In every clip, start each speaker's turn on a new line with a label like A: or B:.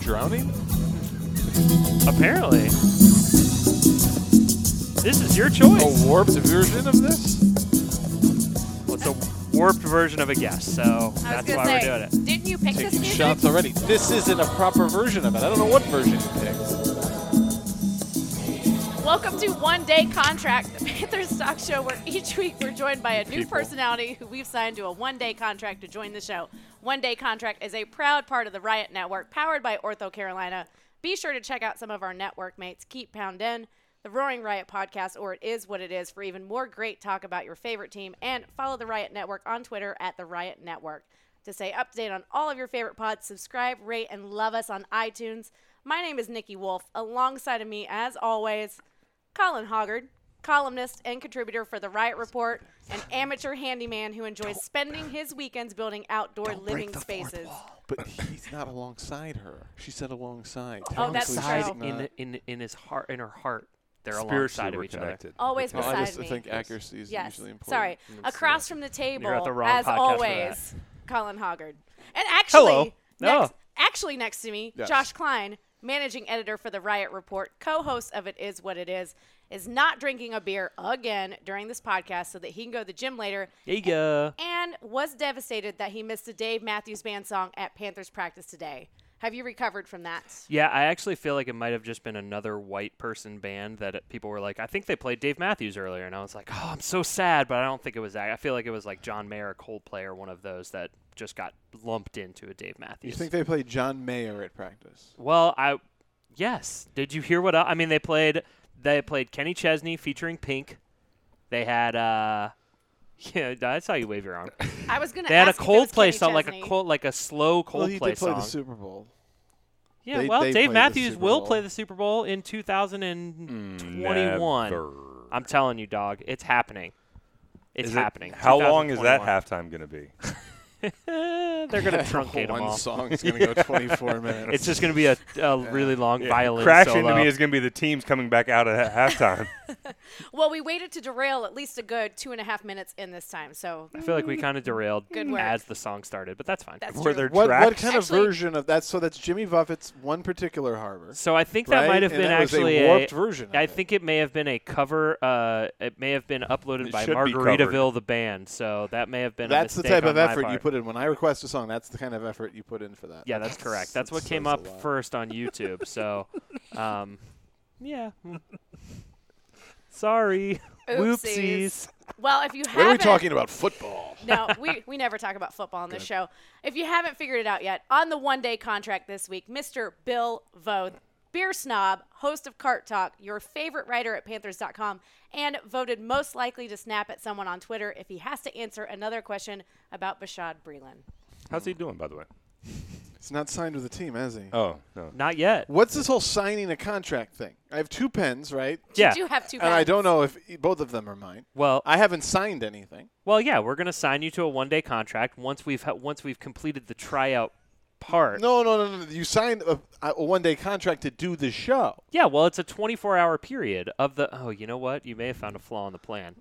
A: drowning?
B: Apparently. This is your choice.
A: A warped version of this?
B: Well, Oh, it's a warped version of a guess, so
C: I was
B: that's
C: gonna
B: why
C: say,
B: we're doing it.
C: didn't you pick this
A: Taking
C: music?
A: shots already. This isn't a proper version of it. I don't know what version you picked.
C: Welcome to One Day Contract, the Panthers talk show where each week we're joined by a new
A: People.
C: personality who we've signed to a one day contract to join the show. One Day Contract is a proud part of the Riot Network, powered by Ortho Carolina. Be sure to check out some of our network mates, Keep Pound In, the Roaring Riot podcast, or It Is What It Is, for even more great talk about your favorite team, and follow the Riot Network on Twitter at the Riot Network. To stay up to date on all of your favorite pods, subscribe, rate, and love us on iTunes. My name is Nikki Wolf. Alongside of me, as always, Colin Hoggard, columnist and contributor for the Riot Report, an amateur handyman who enjoys spending his weekends building outdoor living spaces.
A: But he's not alongside her. She said alongside.
C: Oh, that's
A: Technically,
B: Side
A: she's
C: true.
A: not.
B: in, in, in his heart, in her heart, they're alongside
D: Spiritually,
B: of
D: we're
B: each other.
D: connected.
C: Always
A: No, I
C: beside
A: just
C: me.
A: think accuracy is
C: Yes,
A: usually important. Hmm.
C: sorry. Across from the table,
B: You're at the wrong
C: as
B: podcast for
C: always, Colin Hoggard. And actually,
B: Hello.
C: Next,
B: Oh.
C: actually next to me,
A: Yes.
C: Josh Klein, managing editor for the Riot Report, co-host of It Is What It Is, is not drinking a beer again during this podcast so that he can go to the gym later
B: There you go.
C: and was devastated that he missed the Dave Matthews Band song at Panthers practice today. Have you recovered from that?
B: Yeah, I actually feel like it might have just been another white person band that it- people were like, I think they played Dave Matthews earlier, and I was like, oh, I'm so sad, but I don't think it was that. I feel like it was like John Mayer, or Coldplay, or one of those that just got lumped into a Dave
A: You
B: Matthews.
A: think they played John Mayer at practice?
B: well, I yes. Did you hear what? I, I mean, they played they played Kenny Chesney featuring Pink. They had uh, yeah, I saw you wave your arm.
C: I was gonna.
B: They had a
C: ask if it was
B: Coldplay
C: Kenny
B: song, like a
C: Chesney.
B: cold, like a slow
A: well, he
B: Coldplay
A: did play
B: song.
A: the Super Bowl.
B: Yeah,
A: They-
B: well,
A: they play
B: Dave
A: the
B: Matthews
A: Super
B: will
A: Bowl.
B: play the Super Bowl in 2021.
D: Mm, Never.
B: I'm telling you, dog, it's happening. It's
D: Is it-
B: happening.
D: how long is that halftime going to be?
B: 2021. Eh, They're gonna truncate them
A: One
B: all.
A: song is going to go 24 minutes.
B: It's just gonna be a, a really long violin
D: Crash
B: solo.
D: into me is going to be the teams coming back out at halftime.
C: Well, we waited to derail at least a good two and a half minutes in this time, so
B: I feel like we kind of derailed
C: Mm-hmm. Good work.
B: as the song started, but that's fine.
C: that's
D: Were
C: true.
D: there
A: what, what
D: tracks?
A: kind
C: Actually-
A: of version of that? So that's Jimmy Buffett's one particular harbor.
B: So I think that
A: Right?
B: might have
A: And
B: been
A: that was a
B: actually
A: warped version of
B: I
A: it.
B: think it may have been a cover. Uh, it may have been uploaded
D: It
B: by
D: should be
B: Margaritaville, the band. So that may have been.
A: That's
B: a
A: the
B: mistake
A: type
B: on
A: of
B: my
A: effort you
B: part.
A: put in. When I request a song, that's the kind of effort you put in for that.
B: Yeah, that's correct. That's what
A: that
B: came
A: says a
B: up
A: lot.
B: first on YouTube. So, um, yeah. Sorry.
C: Oopsies.
B: Whoopsies.
C: well, if you
A: Why are we
C: haven't,
A: talking about football?
C: no, we, we never talk about football on this show. If you haven't figured it out yet, on the one day contract this week, Mr. Bill Voth, beer snob, host of Cart Talk, your favorite writer at Panthers.com, and voted most likely to snap at someone on Twitter if he has to answer another question about Bashad Breeland.
D: How's he doing, by the way?
A: He's not signed with a team, has he?
D: Oh no.
B: Not yet.
A: What's this whole signing a contract thing? I have two pens, right?
B: Yeah.
C: You do have two
A: And I
C: pens.
A: don't know if e- both of them are mine.
B: Well,
A: I haven't signed anything.
B: well, yeah. We're gonna sign you to a one-day contract once we've ha- once we've completed the tryout part.
A: No, no, no, no. You signed a, a one-day contract to do the show.
B: Yeah. Well, it's a 24-hour period of the. Oh, you know what? You may have found a flaw in the plan.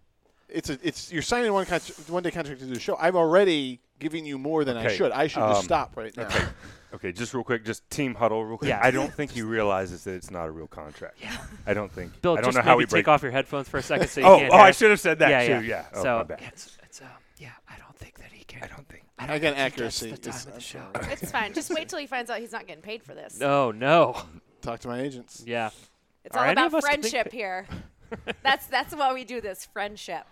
A: It's a, it's you're signing one con- one-day contract to do the show. I'm already giving you more than I
D: Okay,
A: should. I should
D: um,
A: just stop right now.
D: Okay, just real quick, just team huddle real quick.
B: Yeah.
D: I don't think he realizes that it's not a real contract. Yeah. I don't think.
B: Bill,
D: I don't
B: just
D: know how
B: maybe
D: we break.
B: take off your headphones for a second so you
D: oh,
B: can't
D: oh,
B: hear
D: I
B: us.
D: should have said that
B: yeah,
D: too.
B: Yeah.
D: Yeah. Oh,
B: so
D: my bad.
B: it's it's um yeah. I don't think that he can.
D: I don't think.
B: I don't
A: Again,
B: think he gets
A: accuracy
B: The time
A: is-
B: of the
A: I'm
B: show.
C: It's fine. Just wait till he finds out he's not getting paid for this.
B: No, no.
A: Talk to my agents.
B: Yeah.
C: It's
B: Are
C: all
B: any
C: about
B: of us getting
C: friendship
B: paid?
C: here. that's that's why we do this friendship.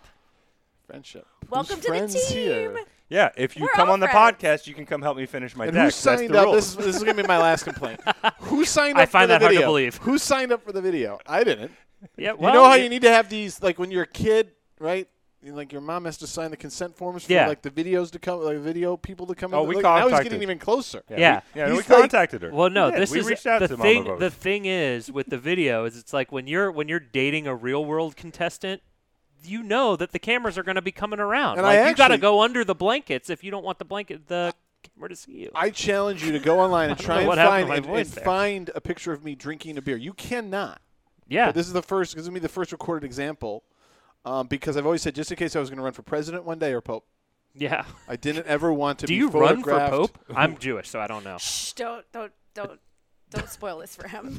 A: Friendship.
C: Welcome
A: Who's
C: to the
A: friends Here?
C: team.
D: Yeah. If you
C: We're
D: come
C: all
D: on the
C: friends.
D: podcast, you can come help me finish my
A: And who
D: text. That's
A: signed
D: the
A: up?
D: rule.
A: This, is- this is going to be my last complaint. Who signed up
B: I
A: for
B: find
A: the
B: that hard to
A: video?
B: believe.
A: Who signed up for the video? I didn't.
B: Yeah.
A: You
B: Well,
A: know how
B: y-
A: you need to have these, like when you're a kid, right? You- Like your mom has to sign the consent forms for
B: Yeah.
A: like the videos to come, like video people to come.
D: Oh,
A: in.
D: we
A: like, now he's
D: contacted.
A: getting even closer.
B: Yeah.
D: We, yeah. We
A: He's like-
D: contacted her.
B: Well, no.
D: We did.
B: This
D: we
B: is
D: reached out
B: the
D: to Mama
B: thing.
D: Vote.
B: The thing is with the video is it's like when you're when you're dating a real world contestant, you know that the cameras are going to be coming around.
A: And
B: like
A: I
B: you got to
A: actually-
B: go under the blankets if you don't want the blanket the camera to see you.
A: I challenge you to go online and
B: don't
A: try
B: know
A: and
B: what happened
A: find
B: to my
A: and,
B: voice
A: and
B: there.
A: find a picture of me drinking a beer. You cannot.
B: yeah.
A: But this is the first. This is gonna be the first recorded example, um, because I've always said just in case I was going to run for president one day or pope,
B: yeah.
A: I didn't ever want to
B: Do
A: be
B: you run for
A: photographed-
B: pope? I'm Jewish, so I don't know.
C: Shh, don't don't don't Don't spoil this for him.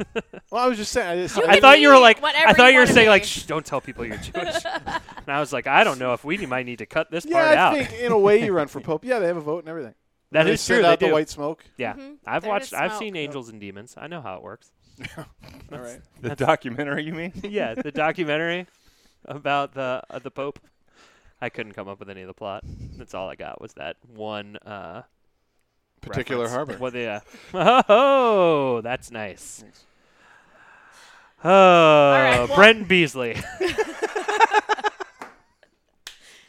A: Well, I was just saying. I, just,
C: You
A: I-
B: I thought you were
C: be
B: like
C: whatever
B: I thought
C: you
B: you were
C: wanna
B: saying like
C: be.
B: Shh, don't tell people you're Jewish. and I was like I don't know if we might need to cut this part
A: yeah,
B: out.
A: I think in a way you run for pope. Yeah, they have a vote and everything.
B: that
A: they
B: is
A: send
B: true. They
A: Out
B: do.
A: the white smoke.
B: yeah,
C: Mhm.
B: I've
C: There is
B: watched. I've
C: smoke.
B: seen Angels and Demons. I know how it works.
A: All right.
D: The documentary, you mean?
B: yeah, the documentary about the uh, the Pope. I couldn't come up with any of the plot. That's all I got was that one uh,
A: Particular
B: reference.
A: harbor.
B: Well, yeah. Oh, that's nice. Oh,
C: right, well-
B: Brent Beasley.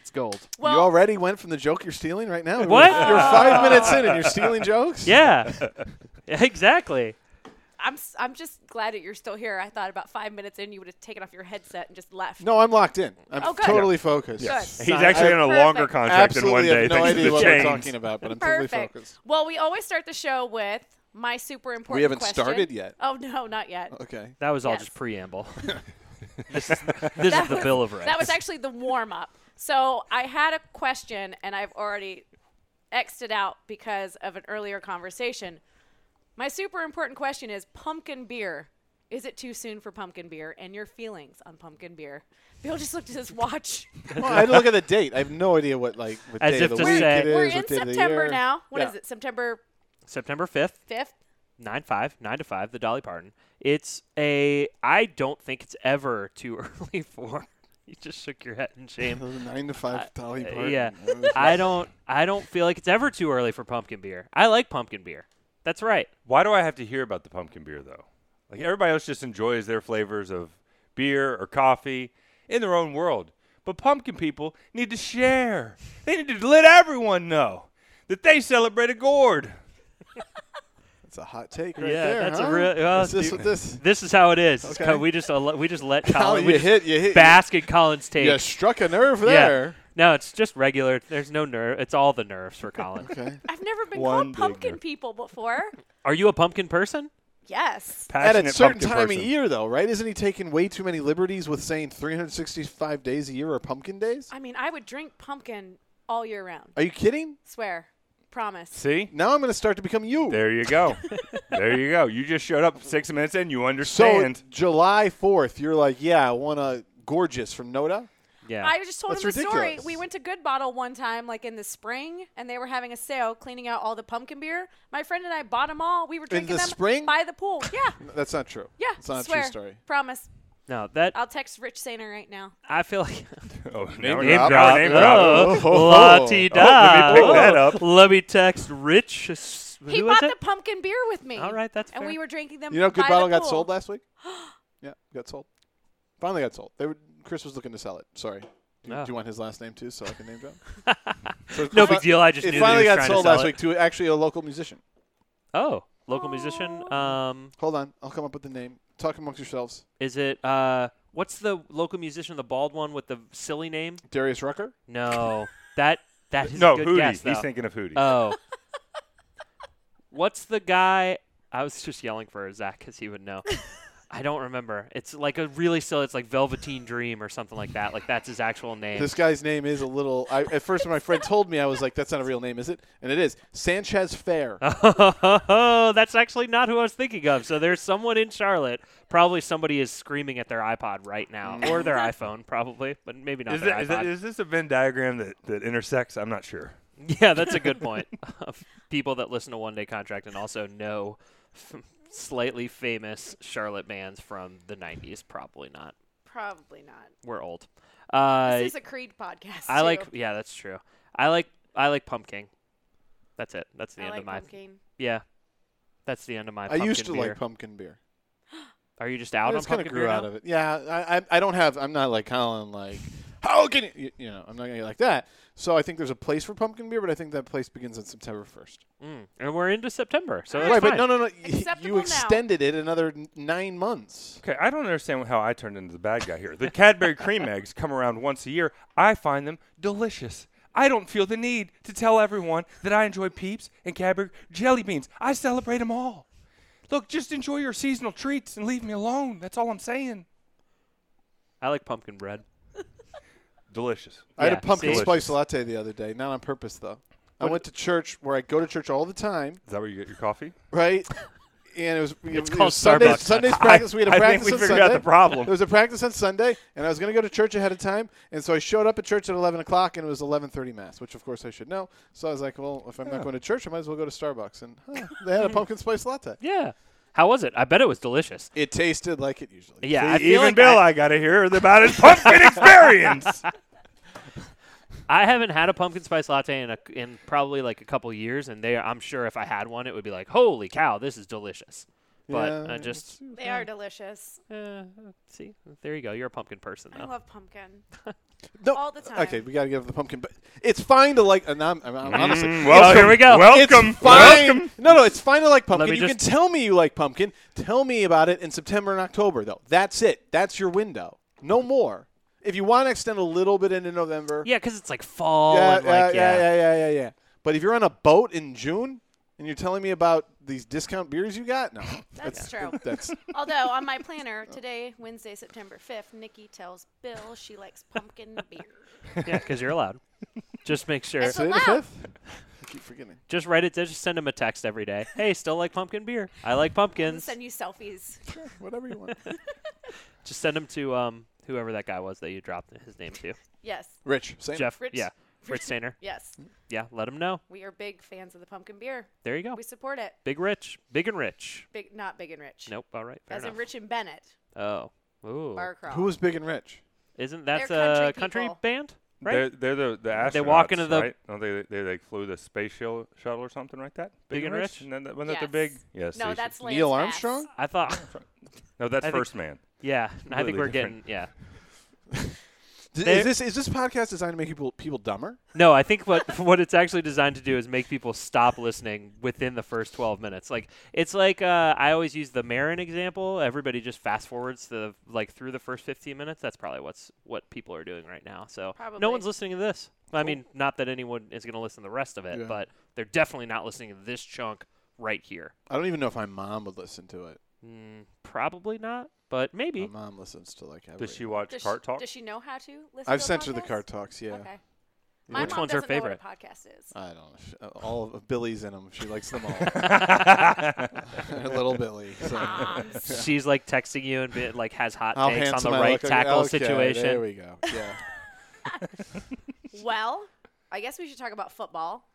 B: it's gold.
A: you
C: well,
A: already went from the joke you're stealing right now.
B: What?
A: You're, you're five minutes in and you're stealing jokes.
B: Yeah. exactly.
C: I'm s- I'm just glad that you're still here. I thought about five minutes in, you would have taken off your headset and just left.
A: No, I'm locked in. I'm
C: Oh, good.
A: totally focused.
C: Good.
D: He's actually on a longer
C: Perfect.
D: contract than
A: Absolutely
D: one day.
A: have no
D: thanks to
A: idea
D: the
A: what
D: chains.
A: we're talking about, but I'm
C: Perfect.
A: totally focused.
C: Well, we always start the show with my super important.
A: haven't
C: question.
A: started yet.
C: Oh no, not yet.
A: Okay.
B: That was all
C: Yes.
B: just preamble. this is, this is
C: That
B: the
C: was-
B: Bill of Rights.
C: That was actually the warm up. So I had a question, and I've already X'd it out because of an earlier conversation. My super important question is pumpkin beer. Is it too soon for pumpkin beer and your feelings on pumpkin beer? Bill just looked at his watch.
A: Well, I had to look at the date. I have no idea what like what
B: As
A: day
B: if
A: of the
B: to
A: week
B: say-
A: it is, what
C: We're in
A: day of the
C: September
A: year.
C: now. What is
A: Yeah.
C: it? September
B: September 5th.
C: 5th?
B: nine five nine to five the Dolly Parton. It's a I don't think it's ever too early for. You just shook your head in shame.
A: Nine to five Dolly
B: uh,
A: Parton.
B: yeah.
A: That was-
B: I don't I don't feel like it's ever too early for pumpkin beer. I like pumpkin beer. That's right.
D: Why do I have to hear about the pumpkin beer though? Like everybody else just enjoys their flavors of beer or coffee in their own world. But pumpkin people need to share. They need to let everyone know that they celebrate a gourd.
A: That's a hot take right
B: Yeah,
A: there.
B: that's a
A: huh?
B: real- well,
A: Is this
B: dude-
A: this?
B: This is how it is. It's
A: Okay.
B: co- We just al- we just let
A: Colin,
B: Colin
A: you
B: we just
A: hit, you hit,
B: bask in Colin's take.
A: you, you struck a nerve
B: Yeah.
A: there.
B: No, it's just regular. There's no nerve. It's all the nerves for Colin.
A: Okay.
C: I've never been
D: One
C: called
D: big
C: pumpkin
D: nerve.
C: people before.
B: Are you a pumpkin person?
C: Yes.
A: At a
D: Passionate
A: certain
D: pumpkin
A: time
D: person.
A: of year, though, right? Isn't he taking way too many liberties with saying 365 days a year are pumpkin days?
C: I mean, I would drink pumpkin all year round.
A: Are you kidding?
C: Swear. Promise.
D: See?
A: Now I'm going to start to become you.
D: There you go. there you go. You just showed up six minutes in. You
A: so
D: understand.
A: July 4th, you're like, yeah, I want a gorgeous from Noda.
B: Yeah.
C: I just told
A: That's
C: him the story.
A: ridiculous.
C: We went to Good Bottle one time, like in the spring, and they were having a sale, cleaning out all the pumpkin beer. My friend and I bought them all. We were drinking
A: the
C: them
A: spring?
C: by the pool. Yeah,
A: That's not true.
C: yeah.
A: it's not
C: swear.
A: a true story.
C: Promise.
B: no, that
C: I'll text Rich Saner right now.
B: I feel like
D: oh,
A: Name
D: now
A: Name drop.
D: now
A: drop.
D: name drop.
B: Oh,
A: Oh,
B: la ti da.
D: let me pick that up.
B: Let me text Rich. S-
C: he
B: who was
C: bought
B: it?
C: the pumpkin beer with me.
B: All right, that's
C: And
B: fair.
C: we were drinking them.
A: You know, Good
C: by
A: Bottle
C: the
A: got
C: pool.
A: sold last week? yeah, got sold. Finally got sold. They were, Chris was looking to sell it. Sorry. Do, you-
B: Oh.
A: do you want his last name too, so I can name drop? So
B: no
A: it fi-
B: big deal. I just
A: It
B: knew
A: finally
B: that he was
A: got
B: trying to
A: sold
B: sell
A: last
B: it.
A: week to actually a local musician.
B: Oh, local musician. Um,
A: Hold on, I'll come up with the name. Talk amongst yourselves.
B: is it uh, what's the local musician, the bald one with the silly name?
A: Darius Rucker.
B: No, that that is
D: No,
B: a good
D: Hootie.
B: guess,
D: He's
B: though.
D: thinking of Hootie.
B: Oh, what's the guy? I was just yelling for Zach because he would know. I don't remember. It's like a really silly. It's like Velveteen Dream or something like that. Like that's his actual name.
A: This guy's name is a little. I, at first, when my friend told me, I was like, "That's not a real name, is it?" And it is Sanchez Fair.
B: Ah, Oh, that's actually not who I was thinking of. So there's someone in Charlotte. Probably somebody is screaming at their iPod right now,
A: Mm.
B: or their iPhone, probably, but maybe not
D: Is,
B: their
D: that, is,
B: iPod.
D: that, is this a Venn diagram that, that intersects? I'm not sure.
B: yeah, that's a good point. of people that listen to One Day Contract and also know f- slightly famous Charlotte bands from the '90s. Probably not.
C: Probably not.
B: We're old.
C: This
B: Uh,
C: is a Creed podcast.
B: I
C: too.
B: like. Yeah, that's true. I like. I like Pumpkin. That's it. That's the
C: I
B: end
C: like
B: of my.
C: pumpkin.
B: Yeah. That's the end of my.
A: I used to
B: pumpkin beer.
A: like pumpkin beer.
B: Are you just
A: I
B: out on
A: just kind
B: pumpkin
A: of grew
B: beer
A: out
B: now?
A: of it. Yeah, I, I, I don't have. I'm not like Colin. Like, how can you? You, you know, I'm not gonna get like that. So I think there's a place for pumpkin beer, but I think that place begins on September 1st.
B: Mm. And we're into September, so that's
A: right,
B: fine.
A: but no, no, no. y-
C: Acceptable
A: You
C: now.
A: extended it another n- nine months.
D: Okay, I don't understand how I turned into the bad guy here. The Cadbury cream eggs come around once a year. I find them delicious. I don't feel the need to tell everyone that I enjoy Peeps and Cadbury jelly beans. I celebrate them all. Look, just enjoy your seasonal treats and leave me alone. That's all I'm saying.
B: I like pumpkin bread.
D: Delicious.
A: I had
B: Yeah,
A: a pumpkin
B: see?
A: spice latte the other day, not on purpose though. I went to church where I go to church all the time,
D: Is that where you get your coffee?
A: right? and it was, it was
B: called
A: Sundays,
B: Starbucks.
A: Sunday's practice. We had a
D: I think
A: practice
D: we
A: on
D: figured out
A: Sunday.
D: the problem.
A: There was a practice on Sunday, and I was going to go to church ahead of time, and so I showed up at church at 11 o'clock, and it was 11:30 mass, which of course I should know. So I was like, well, if I'm not going to church, I might as well go to Starbucks, and huh, they had a pumpkin spice latte.
B: Yeah. How was it? I bet it was delicious.
A: It tasted like it usually.
B: Yeah, I feel
D: E-, Even
B: like
D: Bill,
B: I,
D: I, got to hear about his pumpkin experience.
B: I haven't had a pumpkin spice latte in a, in probably like a couple years, and they I'm sure if I had one, it would be like, holy cow, this is delicious. But
A: Yeah,
B: I just
C: They are delicious.
B: uh, see, there you go. You're a pumpkin person
C: I
B: though.
C: love pumpkin.
A: No,
C: all the time.
A: Okay, we got to give the pumpkin, but it's fine to like. And I'm, I'm, I'm honestly,
D: Mm,
B: well, here we go.
A: It's
D: Welcome.
A: fine.
D: Welcome.
A: No, no, it's fine to like pumpkin.
B: me
A: You can
B: just-
A: tell me you like pumpkin. Tell me about it in September and October, though. That's it. That's your window. No more. If you want to extend a little bit into November,
B: Yeah, because it's like fall
A: yeah,
B: and
A: yeah,
B: like
A: yeah,
B: yeah.
A: yeah, yeah, yeah, yeah. But if you're on a boat in June and you're telling me about these discount beers you got, no,
C: That's true.
A: that's
C: Although on my planner today, Wednesday, September fifth, Nikki tells Bill she likes pumpkin beer.
B: Yeah, because you're allowed. Just make sure.
C: It's
A: today the
C: allowed.
A: fifth. I keep forgetting.
B: Just write it. Just send him a text every day. Hey, still like pumpkin beer? I like
C: I'll
B: pumpkins.
C: send you selfies.
A: Sure, whatever you want.
B: Just send him to um whoever that guy was that you dropped his name to.
C: Yes,
A: Rich, same.
B: Jeff.
C: Rich-
B: Yeah. Rich Stainer.
C: yes.
B: Yeah. Let him know.
C: We are big fans of the pumpkin beer.
B: There you go.
C: We support it.
B: Big Rich. Big and Rich.
C: Big, not big and rich.
B: Nope. All right. Fair
C: As in
B: enough.
C: Rich and Bennett.
B: Oh. Ooh.
C: Bar crawl.
A: Who was big and rich?
B: Isn't that
C: They're country
B: a country
C: people.
B: band? Right.
D: They're, they're the, the astronauts,
B: They walk into the-
D: right? Don't they, they, they flew the space shuttle, shuttle or something like that?
B: Big and Rich?
D: Isn't that, wasn't that the
C: Yes.
D: big? Yes.
C: no,
D: they
C: that's
D: should-
C: Lance
A: Neil
C: Bass.
A: Armstrong?
B: I thought.
D: No, that's
B: I think-
D: First Man.
B: Yeah. I think
D: Completely
B: we're getting.
D: different.
B: Yeah.
A: D-
B: They're-
A: Is this is this podcast designed to make people people dumber?
B: No, I think what what it's actually designed to do is make people stop listening within the first 12 minutes. Like it's like uh, I always use the Marin example. Everybody just fast forwards the like through the first 15 minutes. That's probably what's what people are doing right now. So
C: Probably.
B: no one's listening to this. I mean, not that anyone is going to listen to the rest of it,
A: Yeah.
B: but they're definitely not listening to this chunk right here.
A: I don't even know if my mom would listen to it.
B: Mm, probably not, but maybe.
A: My mom listens to like every.
D: Does she watch
C: Does
D: Cart
C: she,
D: Talk?
C: Does she know how to listen?
A: I've
C: to a
A: sent her the
C: podcast?
A: car talks. Yeah.
C: Okay. My
B: Which
C: mom
B: one's her
C: doesn't know what a
B: favorite?
C: podcast is.
A: I don't know. She- uh, All of Billy's in them. She likes them all. Little Billy. So.
B: Ah,
C: Moms.
B: She's like texting you and be, like has hot
A: How
B: takes on
A: handsome
B: the
A: I
B: right
A: look. Okay,
B: tackle
A: okay,
B: situation.
A: There we go. Yeah.
C: well, I guess we should talk about football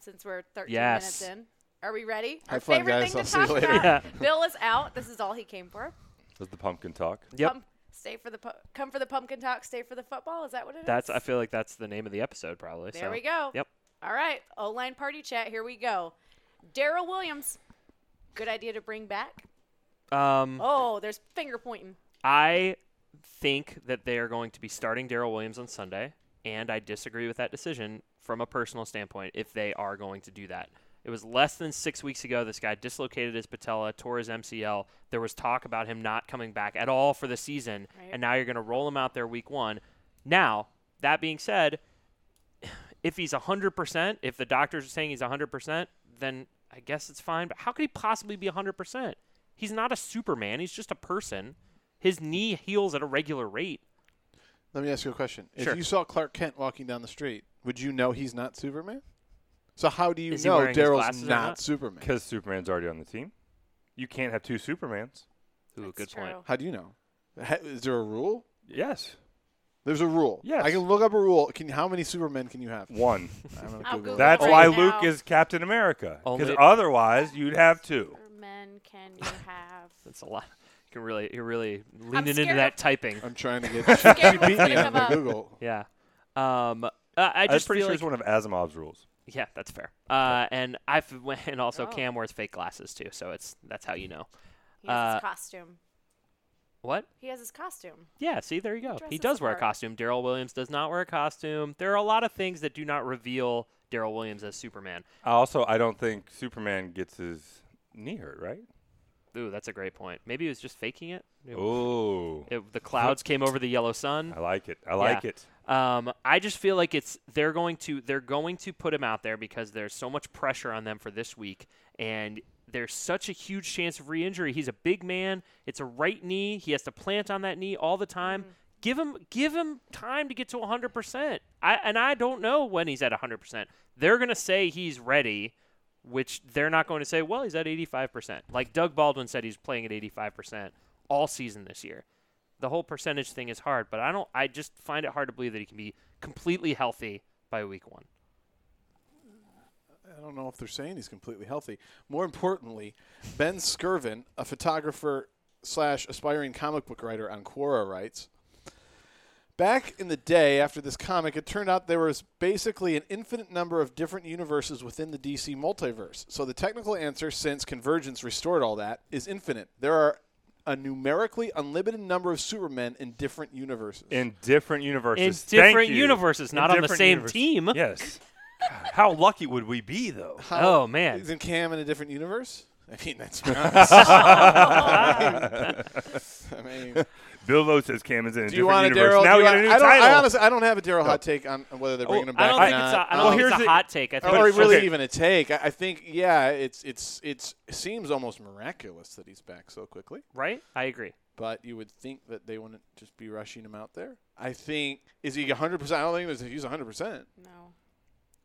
C: since we're 13 minutes
B: Yes.
C: in. Are we ready?
A: Hmm.
C: Our
A: Have fun,
C: favorite
A: guys.
C: thing
A: I'll
C: to
A: see you
C: talk
A: later.
C: about. Bill is out. This is all he came for.
D: Does the pumpkin talk?
B: Yep.
C: Pump- stay for the pu- come for the pumpkin talk. Stay for the football. Is that what it is?
B: That's. I feel like that's the name of the episode, probably.
C: There
B: so.
C: we go.
B: Yep.
C: All right, O line party chat. Here we go. Daryl Williams, good idea to bring back.
B: Um,
C: Oh, there's finger pointing.
B: I think that they are going to be starting Daryl Williams on Sunday, and I disagree with that decision from a personal standpoint. If they are going to do that, it was less than six weeks ago. This guy dislocated his patella, tore his MCL. There was talk about him not coming back at all for the season,
C: Right.
B: and now you're going to roll him out there week one. Now, that being said, if he's 100%, if the doctors are saying he's 100%, then I guess it's fine. But how could he possibly be 100%? He's not a Superman. He's just a person. His knee heals at a regular rate.
A: Let me ask you a question.
B: Sure.
A: If you saw Clark Kent walking down the street, would you know he's not Superman? So how do you
B: Is he
A: know
B: wearing his
A: Daryl's
B: glasses or
A: not,
B: not?
A: Superman?
D: Because Superman's already on the team. You can't have two Supermans.
B: Ooh,
C: That's
B: good point.
C: true.
A: How do you know? Ha- Is there a rule?
D: Yes.
A: There's a rule.
D: Yes.
A: I can look up a rule. Can how many Supermen can you have?
D: One.
A: I'm gonna
C: I'll
A: Google
C: Google
A: that.
D: That's
C: Right
D: why
C: now-
D: Luke is Captain America. Because
B: Only-
D: otherwise, you'd have two.
C: Men, can you have?
B: That's a lot. You can really, you're really leaning
C: scared
B: into
C: of-
B: that typing.
A: I'm trying to get.
C: scared
A: she
C: to
A: beat me
C: think
A: on the
C: about-
A: Google.
B: Yeah. Um, uh, I
D: I'm
B: just
D: pretty
B: feel
D: sure
B: like,
D: it's one of Asimov's rules.
B: yeah, that's fair. Uh, and I have and also
C: Oh.
B: Cam wears fake glasses too, so it's that's how you know.
C: He has
B: Uh,
C: his costume.
B: What?
C: He has his costume.
B: Yeah, see, there you go. He
C: dresses
B: does wear a
C: apart.
B: costume. Daryl Williams does not wear a costume. There are a lot of things that do not reveal Daryl Williams as Superman.
D: Also, I don't think Superman gets his knee hurt, right?
B: Ooh, that's a great point. Maybe he was just faking it. It-
D: Oh.
B: it- the clouds came over the yellow sun.
D: I like it. I like
B: Yeah.
D: it.
B: Um, I just feel like it's they're going to they're going to put him out there because there's so much pressure on them for this week, and there's such a huge chance of re-injury. He's a big man. It's a right knee. He has to plant on that knee all the time. Give him give him time to get to 100%. I and I don't know when he's at 100%. They're going to say he's ready which they're not going to say, well, he's at 85%. Like Doug Baldwin said, he's playing at 85% all season this year. The whole percentage thing is hard, but I don't. I just find it hard to believe that he can be completely healthy by week one.
A: I don't know if they're saying he's completely healthy. More importantly, Ben Skirvin, a photographer slash aspiring comic book writer on Quora, writes. Back in the day, after this comic, it turned out there was basically an infinite number of different universes within the DC multiverse. So the technical answer, since Convergence restored all that, is infinite. There are a numerically unlimited number of Supermen in different universes.
D: in different universes.
B: In
D: Thank
B: different
D: you.
B: universes,
D: In
B: not on the
D: different
B: same
D: universes.
B: team.
D: Yes. God, How lucky would we be though?
A: How-
B: Oh, man.
A: Isn't Cam in a different universe? I mean, that's I mean,
D: Bill Lowe says Cam is in a
A: do you
D: different
A: want a
D: universe.
A: Daryl?
D: now
A: do
D: we
A: you want-
D: got a new
A: I don't,
D: title. Oh.
A: I honestly, I don't have a Daryl hot take on whether they're bringing him
B: I
A: back.
B: don't
A: or
B: think it's
A: not.
B: a, I
A: Um,
B: don't think
D: here's
B: it's a
D: the- Oh,
B: hot take. I think
A: Or
B: it's
D: But-
B: just-
A: really
D: okay.
A: even a take. I, I think, yeah, it's it's it's it seems almost miraculous that he's back so quickly.
B: right. I agree.
A: But you would think that they wouldn't just be rushing him out there. I think is he 100? percent I don't think there's- he's 100. percent
C: No.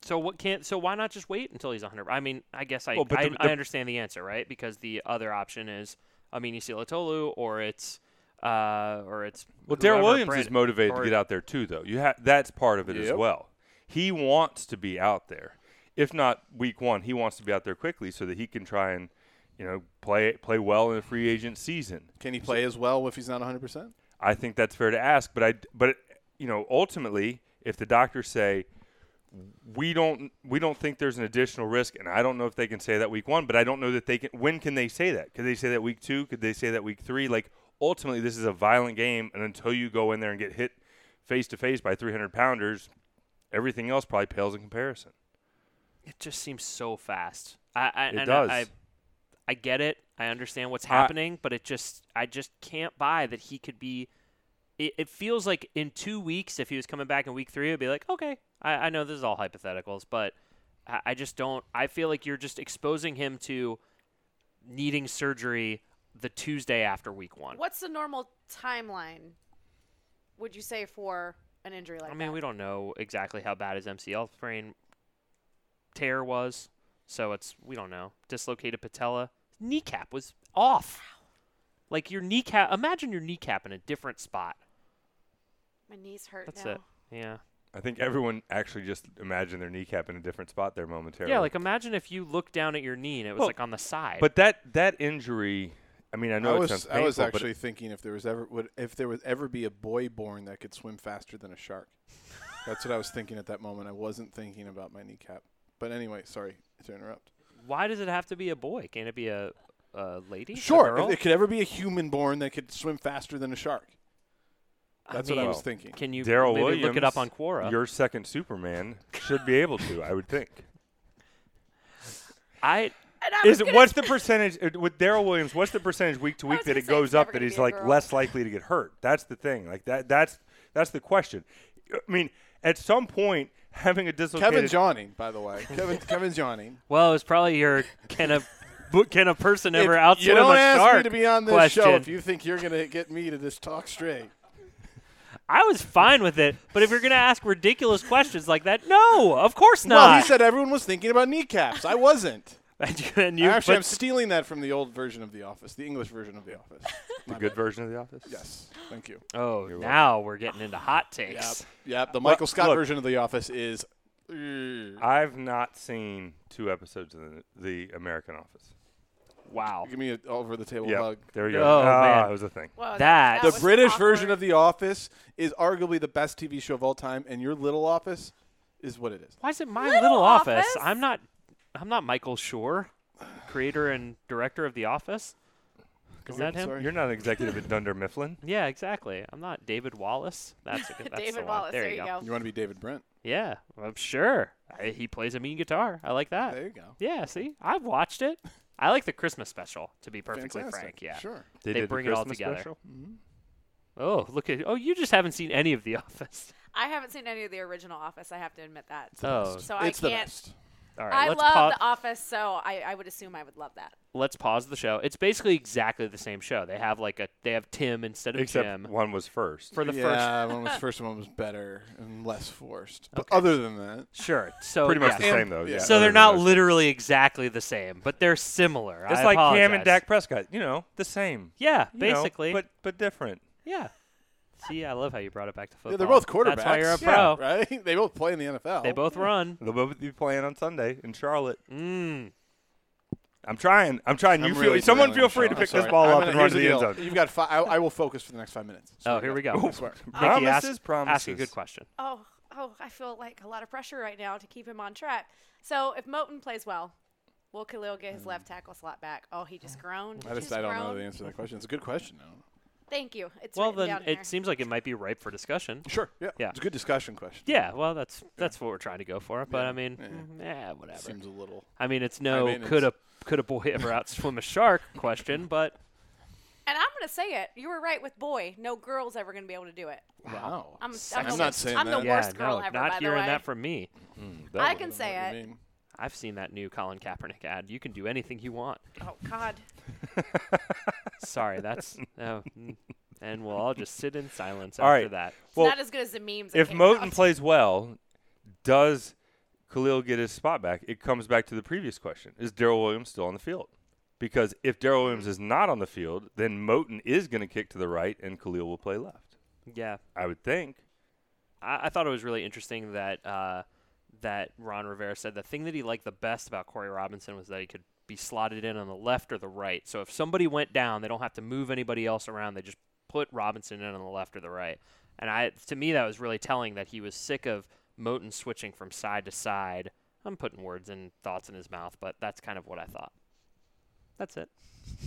B: So what can't? So why not just wait until he's 100? I mean, I guess I
D: Well, but
B: I,
D: the-
B: I
D: the-
B: understand the answer, right? Because the other option is Amini Silatolu, or it's uh, or it's
D: Well, Daryl
B: whoever
D: Williams is
B: Brandon-
D: motivated
B: or-
D: to get out there too, though. You ha- that's part of it as
A: Yep.
D: well. He wants to be out there. If not week one, he wants to be out there quickly so that he can try and, you know, play play well in a free agent season.
A: Can he play as well if he's not 100? percent
D: I think that's fair to ask, but I but you know, ultimately, if the doctors say we don't we don't think there's an additional risk, and I don't know if they can say that week one, but I don't know that they can. When can they say that? Could they say that week two? Could they say that week three? Like ultimately, this is a violent game, and until you go in there and get hit face to face by 300 pounders, everything else probably pales in comparison.
B: It just seems so fast. I, I
D: It
B: and
D: does.
B: I, I I get it. I understand what's
D: I-
B: happening, but it just I just can't buy that he could be. It, it feels like in two weeks, if he was coming back in week three, it'd be like, okay, I, I know this is all hypotheticals, but I, I just don't. I feel like you're just exposing him to needing surgery the Tuesday after week one.
C: What's the normal timeline? Would you say for an injury like
B: I mean,
C: that?
B: we don't know exactly how bad his MCL sprain tear was, so it's we don't know. Dislocated patella, kneecap was off. Like your kneecap. Imagine your kneecap in a different spot.
C: My knees hurt
B: That's
C: now.
B: it. Yeah.
D: I think everyone actually just imagined their kneecap in a different spot there momentarily.
B: Yeah. Like imagine if you looked down at your knee and it was
D: Well,
B: like on the side.
D: but that that injury. I mean, I know
A: I
D: it
A: was
D: sounds painful,
A: I was
D: but it-
A: actually thinking if there was ever would if there would ever be a boy born that could swim faster than a shark. That's what I was thinking at that moment. I wasn't thinking about my kneecap. But anyway, sorry to interrupt.
B: why does it have to be a boy? Can't it be a, a lady? A
A: Sure, if
B: girl?
A: there could ever be a human born that could swim faster than a shark.
B: I
A: That's what I
B: mean,
A: was thinking.
B: Can you
D: Daryl
B: maybe
D: Williams,
B: look it up on Quora?
D: Your second Superman should be able to, I would think.
B: I
C: And I was
D: Is it
C: gonna-
D: what's the percentage uh, with Daryl Williams? What's the percentage week to
C: I
D: week
C: was
D: that
C: gonna
D: it
C: say it's
D: goes up
C: never
D: that
C: gonna
D: he's
C: be a
D: like
C: girl.
D: less likely to get hurt? That's the thing. Like that. That's that's the question. I mean, at some point, having a dislocated
A: Kevin Johning, by the way. Kevin Kevin Johning.
B: Well, it was probably your can a bu- can a person ever outswim
A: If you don't
B: a
A: ask
B: shark
A: me to be on this
B: question.
A: show if you think you're going to get me to just talk straight.
B: I was fine with it, but if you're gonna ask ridiculous questions like that, no, of course
A: Well, he
B: not.
A: said everyone was thinking about kneecaps. I wasn't.
B: and you, and you-
A: Actually, I'm
B: but
A: stealing that from the old version of The Office, the English version of The Office.
D: the good version of the office.
A: Yes. Thank you.
B: oh, now we're getting into hot
A: Yep.
B: takes.
A: Yep. The Michael Scott
D: look-
A: version of The Office is. uh,
D: I've not seen two episodes of the, the American Office.
B: Wow.
A: Give me an over the table
D: Yeah,
A: hug.
D: there we go.
B: Oh,
D: ah,
B: man.
D: it was a thing.
C: Whoa,
B: That-
C: that,
A: The
B: was
A: British version of The Office is arguably the best TV show of all time, and your little office is what it is.
B: Why is it my
C: Little
B: little, office?
C: Office?
B: I'm not. I'm not Michael Shore, creator and director of The Office. Is that him?
A: Sorry.
D: You're not an executive at Dunder Mifflin.
B: Yeah, exactly. I'm not David Wallace. That's, a, good- that's the
C: David
B: one.
C: Wallace.
B: There,
C: you
B: you
C: go.
A: You want to be David Brent?
B: Yeah, I'm sure. I, he plays a mean guitar. I like that.
A: There you go.
B: Yeah, see, I've watched it. I like the Christmas special, to be perfectly
A: Fantastic.
B: frank. Yeah.
A: Sure.
D: They,
B: They
D: did the
B: bring it all
D: Christmas
B: together.
D: special?
B: Oh, look at oh, you just haven't seen any of The Office.
C: I haven't seen any of the original Office. I have to admit that.
B: oh,
C: So I
A: it's the
C: can't.
A: best.
B: All right,
C: I
B: let's
C: love
B: pause.
C: The Office, so I, I would assume I would love that.
B: let's pause the show. It's basically exactly the same show. They have like a they have Tim instead of
D: Except
B: Jim
D: one was first.
B: for the
A: yeah, one was first one was better and less forced. But other than that,
B: first. Sure. So
D: Pretty much
B: yes.
D: the same though.
A: yeah.
D: Yeah.
B: So
D: other
B: they're
D: than
B: not
D: those.
B: literally exactly the same, but they're similar.
D: It's
B: I
D: like Cam
B: apologize.
D: and Dak Prescott. You know, the same.
B: Yeah,
D: You know,
B: basically.
D: but but different.
B: yeah. See, I love how you brought it back to football.
A: yeah, they're both quarterbacks.
B: That's why you're a
A: yeah,
B: pro.
A: right? They both play in the NFL.
B: They both run.
D: They'll both be playing on Sunday in Charlotte.
B: Mm.
D: I'm trying. I'm trying.
A: I'm
D: You
A: really
D: feel someone
A: derailing
D: feel
A: the show.
D: free to
A: I'm
D: pick
A: sorry.
D: this ball
A: I'm
D: up
A: gonna-
D: and
A: here's
D: run to the
A: deal.
D: end zone.
A: You've got five. I, I will focus for the next five minutes.
B: Oh, here we go.
A: I swear.
B: Nikki
D: Promises,
B: asked, asked a
D: promises.
B: good question.
C: Oh, oh, I feel like a lot of pressure right now to keep him on track. So if Moten plays well, will Khalil get his left tackle slot back? Oh, he just groaned.
A: I
C: He
A: just I don't know
C: groaned.
A: the answer to that question. It's a good question though.
C: Thank you. It's
B: Well,
C: written
B: then
C: down here.
B: it seems like it might be ripe for discussion.
A: Sure. Yeah.
B: Yeah.
A: It's a good discussion question.
B: Yeah, well, that's that's what we're trying to go for. But I mean,
A: yeah.
B: mm, yeah, whatever.
A: Seems a little.
B: I mean, it's no
A: mean,
B: could a
A: it's-
B: could a boy ever outswim a shark question, but
C: and I'm gonna say it. You were right with boy. No girl's ever gonna be able to do it.
A: Wow.
C: I'm,
B: Sexy.
C: the
A: I'm
C: worst-
A: not saying
C: I'm the
A: that.
B: yeah,
C: worst girl
B: no,
C: ever.
B: not
C: by
B: hearing
C: the way.
B: that from me.
C: I can say
A: I
C: it.
A: mean,
B: I've seen that new Colin Kaepernick ad. You can do anything you want.
C: Oh God.
B: Sorry, that's oh, mm. and we'll all just sit in silence
D: All
B: after
D: right.
B: that.
C: It's
D: Well,
C: not as good as the memes. that
D: if
C: came
D: Moten
C: out.
D: plays well, does Khalil get his spot back? It comes back to the previous question: Is Daryl Williams still on the field? Because if Daryl Williams is not on the field, then Moten is going to kick to the right, and Khalil will play left.
B: Yeah,
D: I would think.
B: I, I thought it was really interesting that uh, that Ron Rivera said the thing that he liked the best about Corey Robinson was that he could be slotted in on the left or the right. So if somebody went down, they don't have to move anybody else around. They just put Robinson in on the left or the right. And I, to me, that was really telling that he was sick of Moten switching from side to side. I'm putting words and thoughts in his mouth, but that's kind of what I thought. That's it.